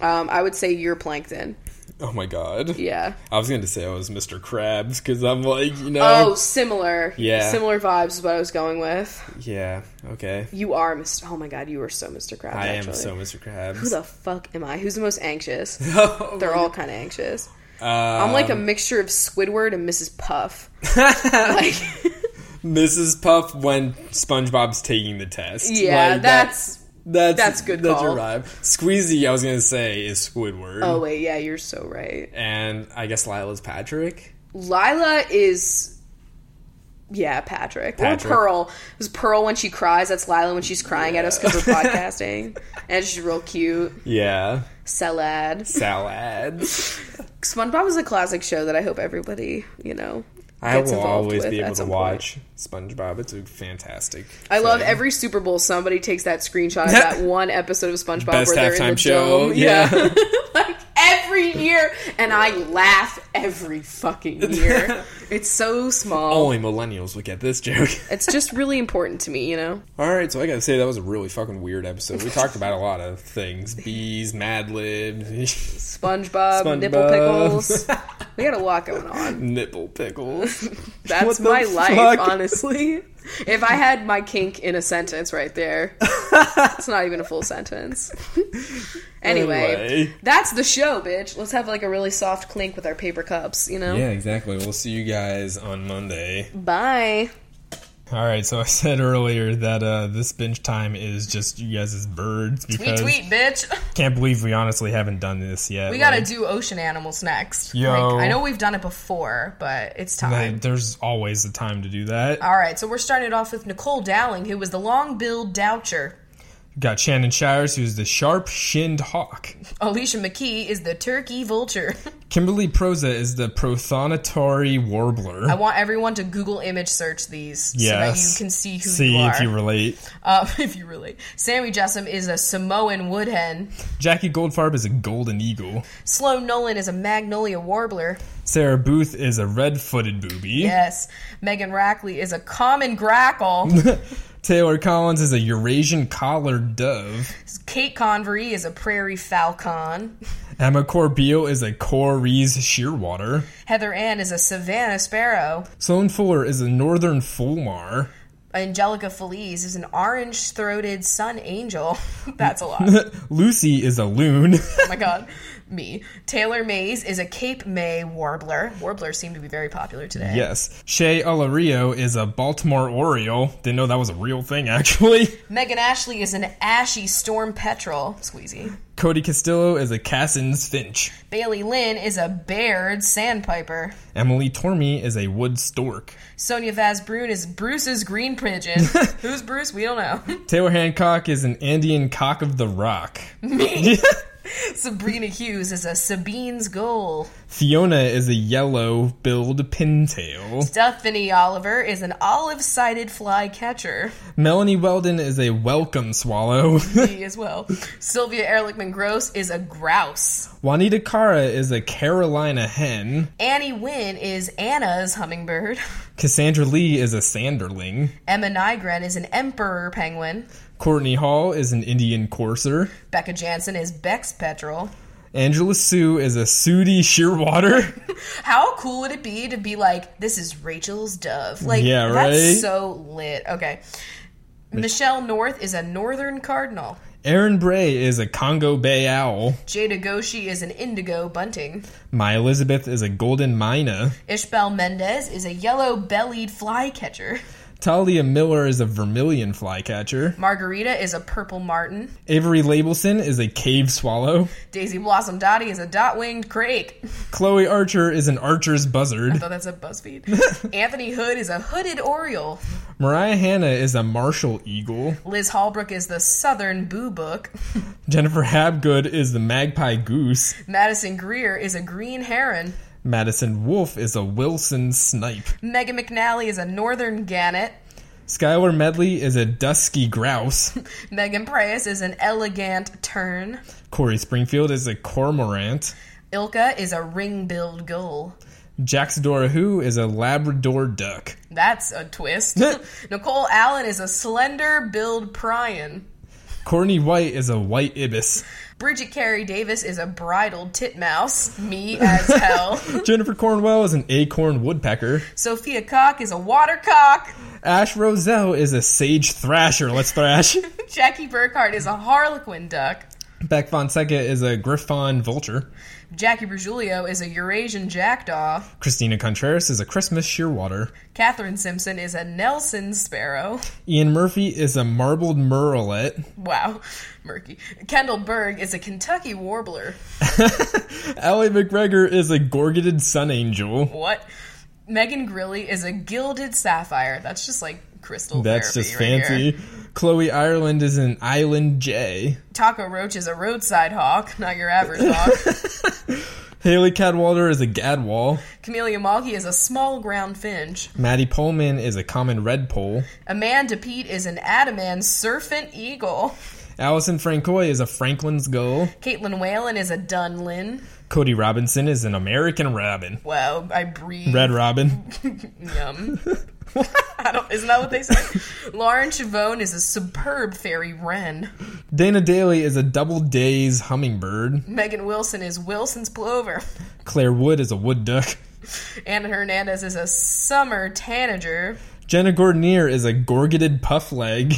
S3: Um, I would say you're Plankton.
S2: Oh my god.
S3: Yeah.
S2: I was going to say I was Mr. Krabs because I'm like, you
S3: Oh,
S2: know.
S3: similar.
S2: Yeah.
S3: Similar vibes is what I was going with.
S2: Yeah, okay.
S3: You are Mr. Oh my God, you are so Mr. Krabs.
S2: I am
S3: actually.
S2: so Mr.
S3: Who
S2: Krabs.
S3: the fuck am I? Who's the most anxious? They're all kind of anxious.
S2: uh,
S3: I'm like a mixture of Squidward and Mrs. Puff. like,
S2: Mrs. Puff when SpongeBob's taking the test.
S3: yeah,
S2: Like, that-
S3: that's.
S2: that's
S3: that's good
S2: That's your
S3: call.
S2: vibe. Squeezy, I was gonna say is Squidward,
S3: Oh wait, yeah, you're so right.
S2: and I guess Lila's Patrick.
S3: Lila is yeah, Patrick.
S2: Patrick.
S3: Or Pearl. It was Pearl when she cries. That's Lila when she's crying at us because we're podcasting. And she's real cute.
S2: Yeah,
S3: Salad.
S2: salad.
S3: SpongeBob is a classic show that I hope everybody, you know,
S2: I
S3: gets
S2: will
S3: involved
S2: always
S3: with
S2: be
S3: at
S2: able to
S3: some
S2: watch SpongeBob. It's a fantastic.
S3: I love
S2: thing.
S3: every Super Bowl somebody takes that screenshot of that one episode of SpongeBob
S2: Best
S3: where they're in
S2: halftime
S3: the
S2: show,
S3: dome.
S2: yeah.
S3: like every year, and I laugh every fucking year. it's so small.
S2: Only millennials would get this joke.
S3: It's just really important to me, you know.
S2: All right, so I gotta say that was a really fucking weird episode. We talked about a lot of things: bees, Mad Libs,
S3: SpongeBob, nipple
S2: SpongeBob.
S3: pickles. we got a lot going on.
S2: nipple pickles. What
S3: That's
S2: the
S3: my life,
S2: fuck?
S3: honestly. If I had my kink in a sentence right there, it's not even a full sentence. anyway,
S2: Anyway.
S3: that's the show, bitch. Let's have like a really soft clink with our paper cups, you know?
S2: Yeah, exactly. We'll see you guys on Monday.
S3: Bye.
S2: All right, so I said earlier that uh, this binge time is just you guys as birds
S4: Tweet,
S2: because
S4: tweet, bitch.
S2: can't believe we honestly haven't done this yet.
S4: We gotta
S2: Like,
S4: do ocean animals next.
S2: Yo.
S4: Like, I know we've done it before, but it's time.
S2: like, there's always the time to do that.
S4: All right, so we're starting off with Nicole Dowling, who was the long-billed doucher.
S2: Got Shannon Shires, who's the sharp-shinned hawk.
S4: Alicia McKee is the turkey vulture.
S2: Kimberly Proza is the prothonotary warbler.
S4: I want everyone to Google image search these so that
S2: Yes.
S4: you can see who
S2: See
S4: you are.
S2: if you relate.
S4: uh, if you really. Sammy Jessam is a Samoan woodhen.
S2: Jackie Goldfarb is a golden eagle.
S4: Sloan Nolan is a magnolia warbler.
S2: Sarah Booth is a red-footed booby.
S4: Yes. Megan Rackley is a common grackle.
S2: Taylor Collins is a Eurasian collared dove.
S4: Kate Convery is a prairie falcon.
S2: Emma Corbeil is a Corys shearwater.
S4: Heather Ann is a Savannah Sparrow.
S2: Sloan Fuller is a northern fulmar.
S4: Angelica Feliz is an orange throated sun angel. That's a lot. Oh
S2: Lucy is a loon.
S4: my god. Me. Taylor Mays is a Cape May warbler. Warblers seem to be very popular today.
S2: yes. Shay Olario is a Baltimore Oriole. Didn't know that was a real thing, actually.
S4: Megan Ashley is an ashy storm petrel. Squeezy.
S2: Cody Castillo is a Cassin's Finch.
S3: Bailey Lynn is a Baird sandpiper.
S2: Emily Tormey is a wood stork.
S3: Sonia Vaz Brune is Bruce's green pigeon. Who's Bruce? We don't know.
S2: Taylor Hancock is an Andean cock of the rock.
S3: Sabrina Hughes is a Sabine's goal.
S2: Fiona is a yellow billed pintail.
S3: Stephanie Oliver is an olive sided fly catcher.
S2: Melanie Weldon is a welcome swallow.
S3: Me as well. Sylvia Ehrlichman Gross is a grouse.
S2: Juanita Cara is a Carolina hen.
S3: Annie Wynn is Anna's hummingbird.
S2: Cassandra Lee is a sanderling.
S3: Emma Nigren is an emperor penguin.
S2: Courtney Hall is an Indian courser.
S3: Becca Jansen is Beck's petrel.
S2: Angela Sue is a Sooty shearwater.
S3: How cool would it be to be like, this is Rachel's dove? Like,
S2: Yeah, right?
S3: that's so lit. Okay. Michelle North is a northern cardinal.
S2: Aaron Bray is a Congo Bay owl.
S3: Jada Goshi is an indigo bunting.
S2: My Elizabeth is a golden mina.
S3: Ishbel Mendez is a yellow bellied flycatcher.
S2: Talia Miller is a vermilion flycatcher.
S3: Margarita is a purple martin.
S2: Avery Labelson is a cave swallow.
S3: Daisy Blossom Dottie is a dot winged crake.
S2: Chloe Archer is an archer's buzzard.
S3: Oh, that's a BuzzFeed. Anthony Hood is a hooded oriole.
S2: Mariah Hanna is a martial eagle.
S3: Liz Hallbrook is the southern boo book.
S2: Jennifer Habgood is the magpie goose.
S3: Madison Greer is a green heron.
S2: Madison Wolfe is a Wilson snipe.
S3: Megan McNally is a northern gannet.
S2: Skylar Medley is a dusky grouse.
S3: Megan Preyes is an elegant tern.
S2: Corey Springfield is a cormorant.
S3: Ilka is a ring-billed gull.
S2: Jaxadora Who is a Labrador duck.
S3: That's a twist. Nicole Allen is a slender-billed prion.
S2: Courtney White is a white ibis.
S3: Bridget Carey Davis is a bridled titmouse. Me as hell.
S2: Jennifer Cornwell is an acorn woodpecker.
S3: Sophia Cock is a watercock.
S2: Ash Roselle is a sage thrasher. Let's thrash.
S3: Jackie Burkhart is a harlequin duck.
S2: Beck Fonseca is a griffon vulture.
S3: Jackie Bergiulio is a Eurasian jackdaw.
S2: Christina Contreras is a Christmas shearwater.
S3: Catherine Simpson is a Nelson sparrow.
S2: Ian Murphy is a marbled murrelet.
S3: Wow, murky. Kendall Berg is a Kentucky warbler.
S2: Allie McGregor is a gorgeted sun angel.
S3: What? Megan Grilly is a gilded sapphire. That's just like crystal.
S2: That's
S3: therapy
S2: just
S3: Oh, right
S2: fancy.
S3: here.
S2: Chloe Ireland is an island jay.
S3: Taco Roach is a roadside hawk, not your average hawk.
S2: Haley Cadwalder is a gadwall.
S3: Camellia Malki is a small ground finch.
S2: Maddie Pullman is a common redpoll.
S3: Amanda Pete is an Adaman serpent eagle.
S2: Allison Francois is a Franklin's gull.
S3: Caitlin Whalen is a Dunlin.
S2: Cody Robinson is an American robin.
S3: Wow, I breathe.
S2: Red Robin.
S3: Yum. I don't, isn't that what they say? Lauren Chavone is a superb fairy wren.
S2: Dana Daly is a double days hummingbird.
S3: Megan Wilson is Wilson's plover.
S2: Claire Wood is a wood duck.
S3: Anna Hernandez is a summer tanager.
S2: Jenna Gordonier is a gorgeted puff leg.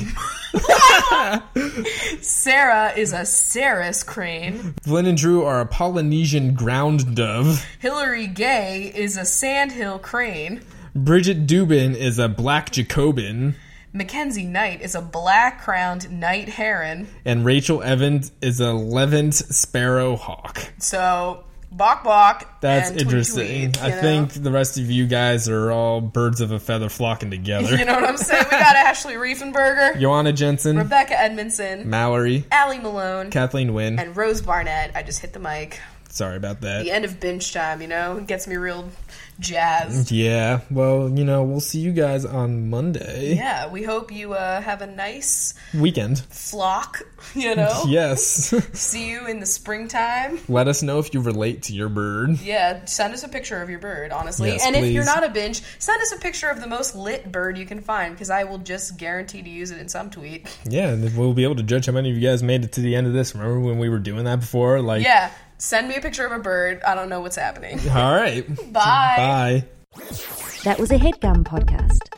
S3: Sarah is a Saris crane.
S2: Glenn and Drew are a Polynesian ground dove.
S3: Hillary Gay is a sandhill crane.
S2: Bridget Dubin is a black Jacobin.
S3: Mackenzie Knight is a black crowned night heron.
S2: And Rachel Evans is a Levant sparrow hawk.
S3: So, bok bok.
S2: That's
S3: and tweet
S2: interesting.
S3: tweet,
S2: I
S3: you know?
S2: think the rest of you guys are all birds of a feather flocking together.
S3: You know what I'm saying? We got Ashley Riefenberger,
S2: Joanna Jensen,
S3: Rebecca
S2: Mm.
S3: Edmondson,
S2: Mallory,
S3: Allie Malone,
S2: Kathleen Wynne.
S3: and Rose Barnett. I just hit the mic.
S2: Sorry about that.
S3: The
S2: Yeah.
S3: end of binge time, you know, It gets me real jazzed.
S2: well, you know, we'll see you guys on Monday
S3: Yeah, we hope you uh, have a nice
S2: weekend.
S3: flock, you know.
S2: Yes.
S3: See you in the springtime.
S2: Let us know if you relate to your bird.
S3: Yeah, send us a picture of your bird, honestly.
S2: Yes,
S3: and if you're
S2: please.
S3: not a binge, send us a picture of the most lit bird you can find because I will just guarantee to use it in some tweet.
S2: Yeah, and then we'll be able to judge how many of you guys made it to the end of this. Remember when we were doing that before? Like,
S3: Yeah, send me a picture of a bird. I don't know what's happening.
S2: all right.
S3: Bye.
S2: Bye.
S1: That was a headgum podcast.